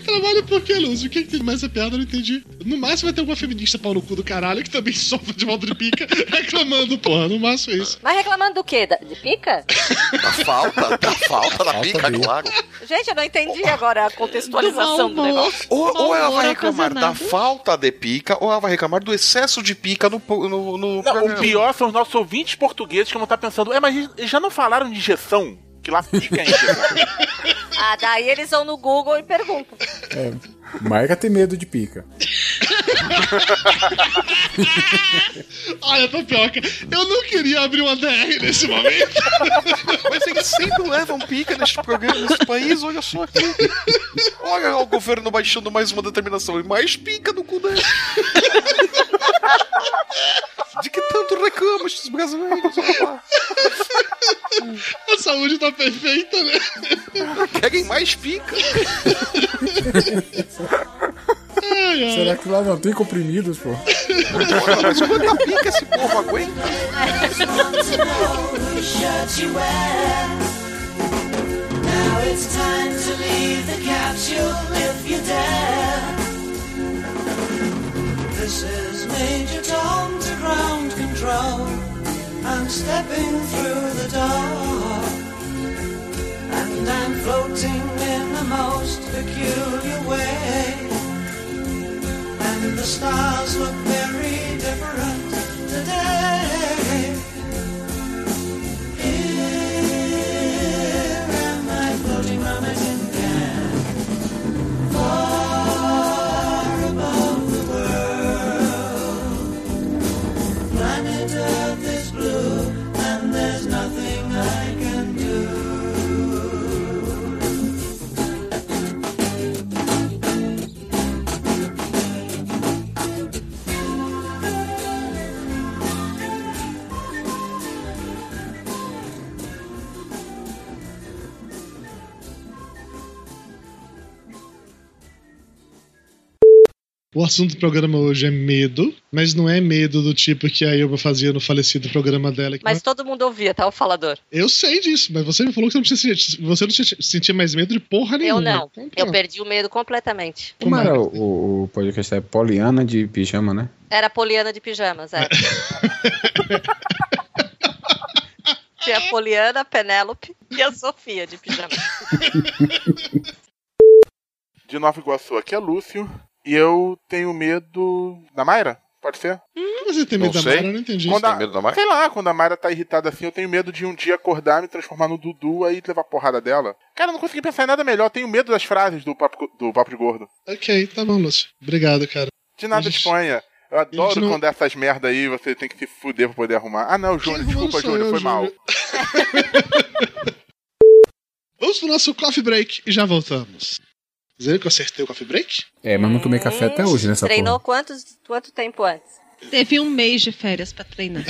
Speaker 2: Trabalho por que, Lúcio? O que, que tem mais essa piada? Eu não entendi. No máximo vai ter alguma feminista pau no cu do caralho que também sofre de volta de pica reclamando, porra. No máximo é isso.
Speaker 7: Mas reclamando do quê? Da- De pica?
Speaker 5: Da falta, da falta da pica,
Speaker 6: dele.
Speaker 5: claro.
Speaker 7: Gente, eu não entendi agora a contextualização
Speaker 3: Do
Speaker 7: do
Speaker 3: mau humor.
Speaker 7: negócio.
Speaker 5: Ou,
Speaker 3: Mau
Speaker 5: ou ela
Speaker 3: humor
Speaker 5: vai reclamar da
Speaker 3: ocasionado.
Speaker 5: falta de pica, ou ela vai reclamar do excesso de pica no. po- no, no
Speaker 4: Não,
Speaker 5: programa.
Speaker 4: o pior são os nossos ouvintes portugueses que vão estar pensando, é, mas eles já não falaram de injeção? Que lá fica a injeção.
Speaker 7: Ah, daí eles vão no Google e perguntam.
Speaker 6: Maica tem medo de pica.
Speaker 2: Olha, Tapioca, Ah, é eu não queria abrir uma DR nesse momento.
Speaker 5: Mas eles sempre levam pica neste programa, nesse país, olha só aqui. Olha lá o governo baixando mais uma determinação e mais pica no cu dele. De que tanto reclamam esses brasileiros? rapaz?
Speaker 2: A saúde tá perfeita, né?
Speaker 5: Querem mais pica?
Speaker 2: Ai, ai.
Speaker 6: Será que lá não tem comprimidos, pô?
Speaker 5: Porra, mas quanta pica esse povo aguenta?
Speaker 13: Shirt you wear. Now it's time to leave the capsule if you dare. This is Major Tom to ground control. I'm stepping through the door. And I'm floating in the most peculiar way. And the stars look very different today. Here am I floating on it again. Far above the world. Planet Earth is blue, and there's nothing I can do.
Speaker 2: O assunto do programa hoje é medo, mas não é medo do tipo que a Elba fazia no falecido programa dela. que
Speaker 7: Mas todo mundo ouvia, tá? O falador.
Speaker 2: Eu sei disso, mas você me falou que você não, precisa, sentir- você não se- sentia mais medo de porra
Speaker 7: Eu
Speaker 2: nenhuma. Então,
Speaker 7: não. Eu perdi o medo completamente.
Speaker 6: Como era o, o, o podcast? É Poliana de Pijama, né?
Speaker 7: Era a Poliana de pijamas, é. Tinha a Poliana, a Penélope e a Sofia de pijamas.
Speaker 4: De Nova Iguaçu, aqui é Lúcio. E eu tenho medo da Mayra? Pode ser?
Speaker 2: Você tem medo da Mara? Eu não entendi
Speaker 4: Quando a-
Speaker 2: isso.
Speaker 4: Sei lá, quando a Mayra tá irritada assim, eu tenho medo de um dia acordar, me transformar no Dudu aí levar porrada dela. Cara, eu não consegui pensar em nada melhor. Tenho medo das frases do Papo, do papo de Gordo.
Speaker 2: Ok, tá bom, Lúcio. Obrigado, cara.
Speaker 4: De nada disponha. Eu adoro
Speaker 2: não-
Speaker 4: quando é essas merda aí você tem que se fuder pra poder arrumar. Ah, não, Júnior,
Speaker 2: arrumou
Speaker 4: desculpa,
Speaker 2: sou
Speaker 4: Júnior,
Speaker 2: eu,
Speaker 4: foi mal.
Speaker 2: Júnior. Vamos pro nosso coffee break e já voltamos. Vocês viram que eu acertei o coffee break?
Speaker 6: É, mas não tomei café até hoje nessa porra.
Speaker 7: Treinou quantos, quanto tempo antes?
Speaker 3: Teve um mês de férias pra treinar.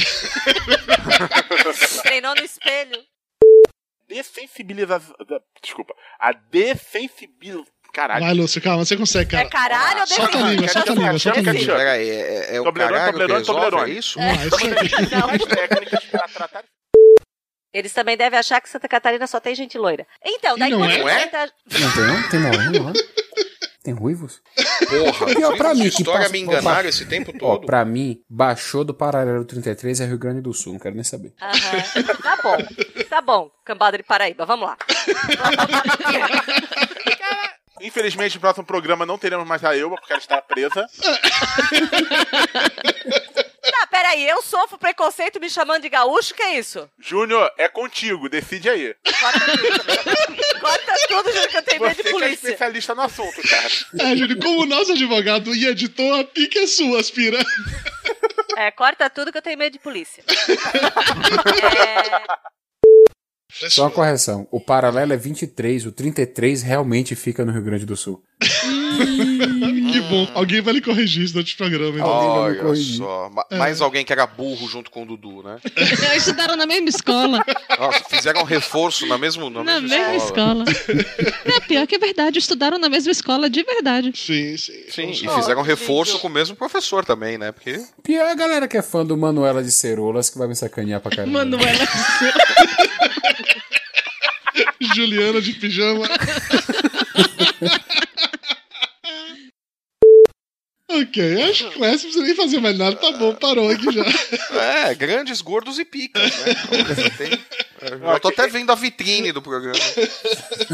Speaker 7: Treinou no espelho.
Speaker 4: Dessensibilização. Desculpa. A dessensibilização. Caralho.
Speaker 2: Vai, Lúcio, calma, você consegue, cara.
Speaker 4: É caralho ou
Speaker 2: Solta a língua, solta a língua, solta a língua.
Speaker 5: Peraí, é, é o
Speaker 4: Toblerone,
Speaker 5: caralho que
Speaker 4: Toblerone,
Speaker 5: resolve,
Speaker 4: Toblerone.
Speaker 5: é isso?
Speaker 2: Vamos lá, isso aí.
Speaker 7: Eles também devem achar que Santa Catarina só tem gente loira. Então, daí
Speaker 6: não
Speaker 7: quando
Speaker 6: é?
Speaker 7: apresenta-
Speaker 6: Não tem, não? Tem morango lá? Tem ruivos?
Speaker 5: Porra,
Speaker 6: Pior pra mim que
Speaker 5: história
Speaker 6: passa-
Speaker 5: me enganaram esse tempo todo.
Speaker 6: Ó, pra mim, baixou do Paralelo 33 é Rio Grande do Sul, não quero nem saber.
Speaker 7: Aham. Tá bom, tá bom, cambada de Paraíba, vamos lá. Tá,
Speaker 4: Infelizmente, no próximo programa não teremos mais a Elba, porque ela está presa.
Speaker 7: Tá, peraí, eu sofro preconceito me chamando de gaúcho, que é isso?
Speaker 4: Júnior, é contigo, decide aí.
Speaker 7: Corta tudo, Júnior, que eu tenho medo
Speaker 4: Você que
Speaker 7: de
Speaker 4: é
Speaker 7: polícia.
Speaker 4: especialista no assunto, cara.
Speaker 2: É, Júlio, como nosso advogado e editor, a pica é sua, aspira.
Speaker 7: É, corta tudo que eu tenho medo de polícia. É,
Speaker 6: Só uma correção. O paralelo é 23, o 33 realmente fica no Rio Grande do Sul.
Speaker 2: que
Speaker 4: Ah.
Speaker 2: bom. Alguém vai lhe corrigir isso durante o programa, então.
Speaker 5: Olha só, ma-
Speaker 2: É.
Speaker 5: mais alguém que era burro junto com o Dudu, né?
Speaker 3: Estudaram na mesma escola.
Speaker 5: Nossa, fizeram um reforço na, mesmo, na,
Speaker 3: Na mesma escola. É pior que é verdade, estudaram na mesma escola de verdade.
Speaker 2: Sim, sim.
Speaker 5: Sim, e fizeram um reforço com o mesmo professor também, né? Porque
Speaker 6: Pior é a galera que é fã do Manuela de Cerolas que vai me sacanear pra caramba.
Speaker 3: Manuela.
Speaker 2: Juliana de pijama. ok, acho que com essa não precisa nem fazer mais nada. Tá bom, parou aqui já.
Speaker 5: é, grandes, gordos e picas, né? Então, você tem- Eu tô até vendo a vitrine do programa.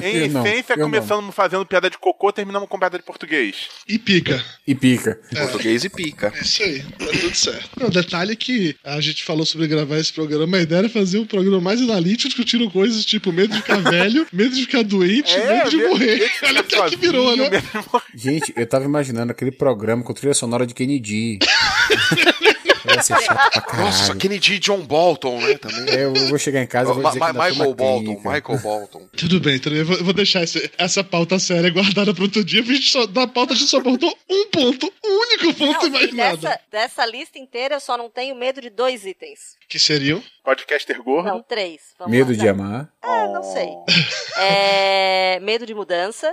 Speaker 4: Em
Speaker 5: Eu não,
Speaker 4: essência,
Speaker 5: eu não.
Speaker 4: começamos fazendo piada de cocô, terminamos com piada de português.
Speaker 2: E pica.
Speaker 6: E pica.
Speaker 5: Português e pica.
Speaker 2: É isso aí, tá tudo certo. Não, detalhe é que a gente falou sobre gravar esse programa, a ideia era fazer um programa mais analítico, discutindo coisas tipo medo de ficar velho, medo de ficar doente, É, medo de morrer. Olha o que é que virou, né?
Speaker 6: Gente, eu tava imaginando aquele programa com trilha sonora de Kennedy. Vai ser chato pra caralho.
Speaker 5: Nossa, Kennedy e John Bolton, né? Também.
Speaker 6: É, eu vou chegar em casa e vou
Speaker 5: Ma-
Speaker 6: dizer
Speaker 5: Ma-
Speaker 6: que ainda tô
Speaker 5: Michael
Speaker 6: na
Speaker 5: Bolton,
Speaker 6: clínica.
Speaker 5: Michael Bolton.
Speaker 2: Tudo bem, tudo bem. Eu vou, eu vou deixar esse- essa pauta séria guardada para outro dia, porque a gente só, da pauta a gente só abordou um ponto, um único ponto e
Speaker 7: Não,
Speaker 2: mais
Speaker 7: dessa,
Speaker 2: nada.
Speaker 7: dessa lista inteira, eu só não tenho medo de dois itens.
Speaker 2: Que seriam?
Speaker 4: Podcaster gordo.
Speaker 7: Não, três. Vamos
Speaker 6: Medo
Speaker 7: lá.
Speaker 6: de amar.
Speaker 7: Ah, não sei. É, medo de mudança.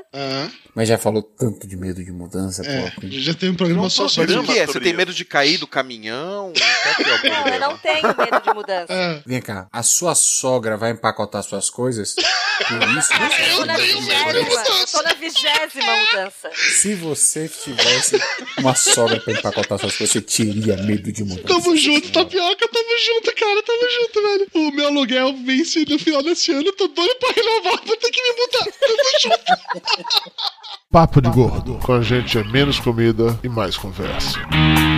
Speaker 6: Mas já falou tanto de medo de mudança,
Speaker 2: Ah, É,
Speaker 6: pô.
Speaker 2: já tem um programa só sobre
Speaker 5: O que é? Você tem
Speaker 2: isso.
Speaker 5: medo de cair do caminhão? Qual que é o
Speaker 7: Não, eu
Speaker 5: problema?
Speaker 2: É.
Speaker 7: não tenho medo de mudança.
Speaker 6: Vem cá, a sua sogra vai empacotar suas coisas? Isso,
Speaker 7: Eu tô na
Speaker 6: isso.
Speaker 7: vigésima. Eu tô na vigésima mudança.
Speaker 6: Se você tivesse uma sogra pra empacotar suas coisas, você teria medo de mudar.
Speaker 2: Tamo junto, tapioca, tamo junto, cara, tamo junto, velho. O meu aluguel vence no final desse ano, tô doido pra renovar, vou ter que me mudar. Tamo junto.
Speaker 10: Papo de Gordo. Com a gente é menos comida e mais conversa.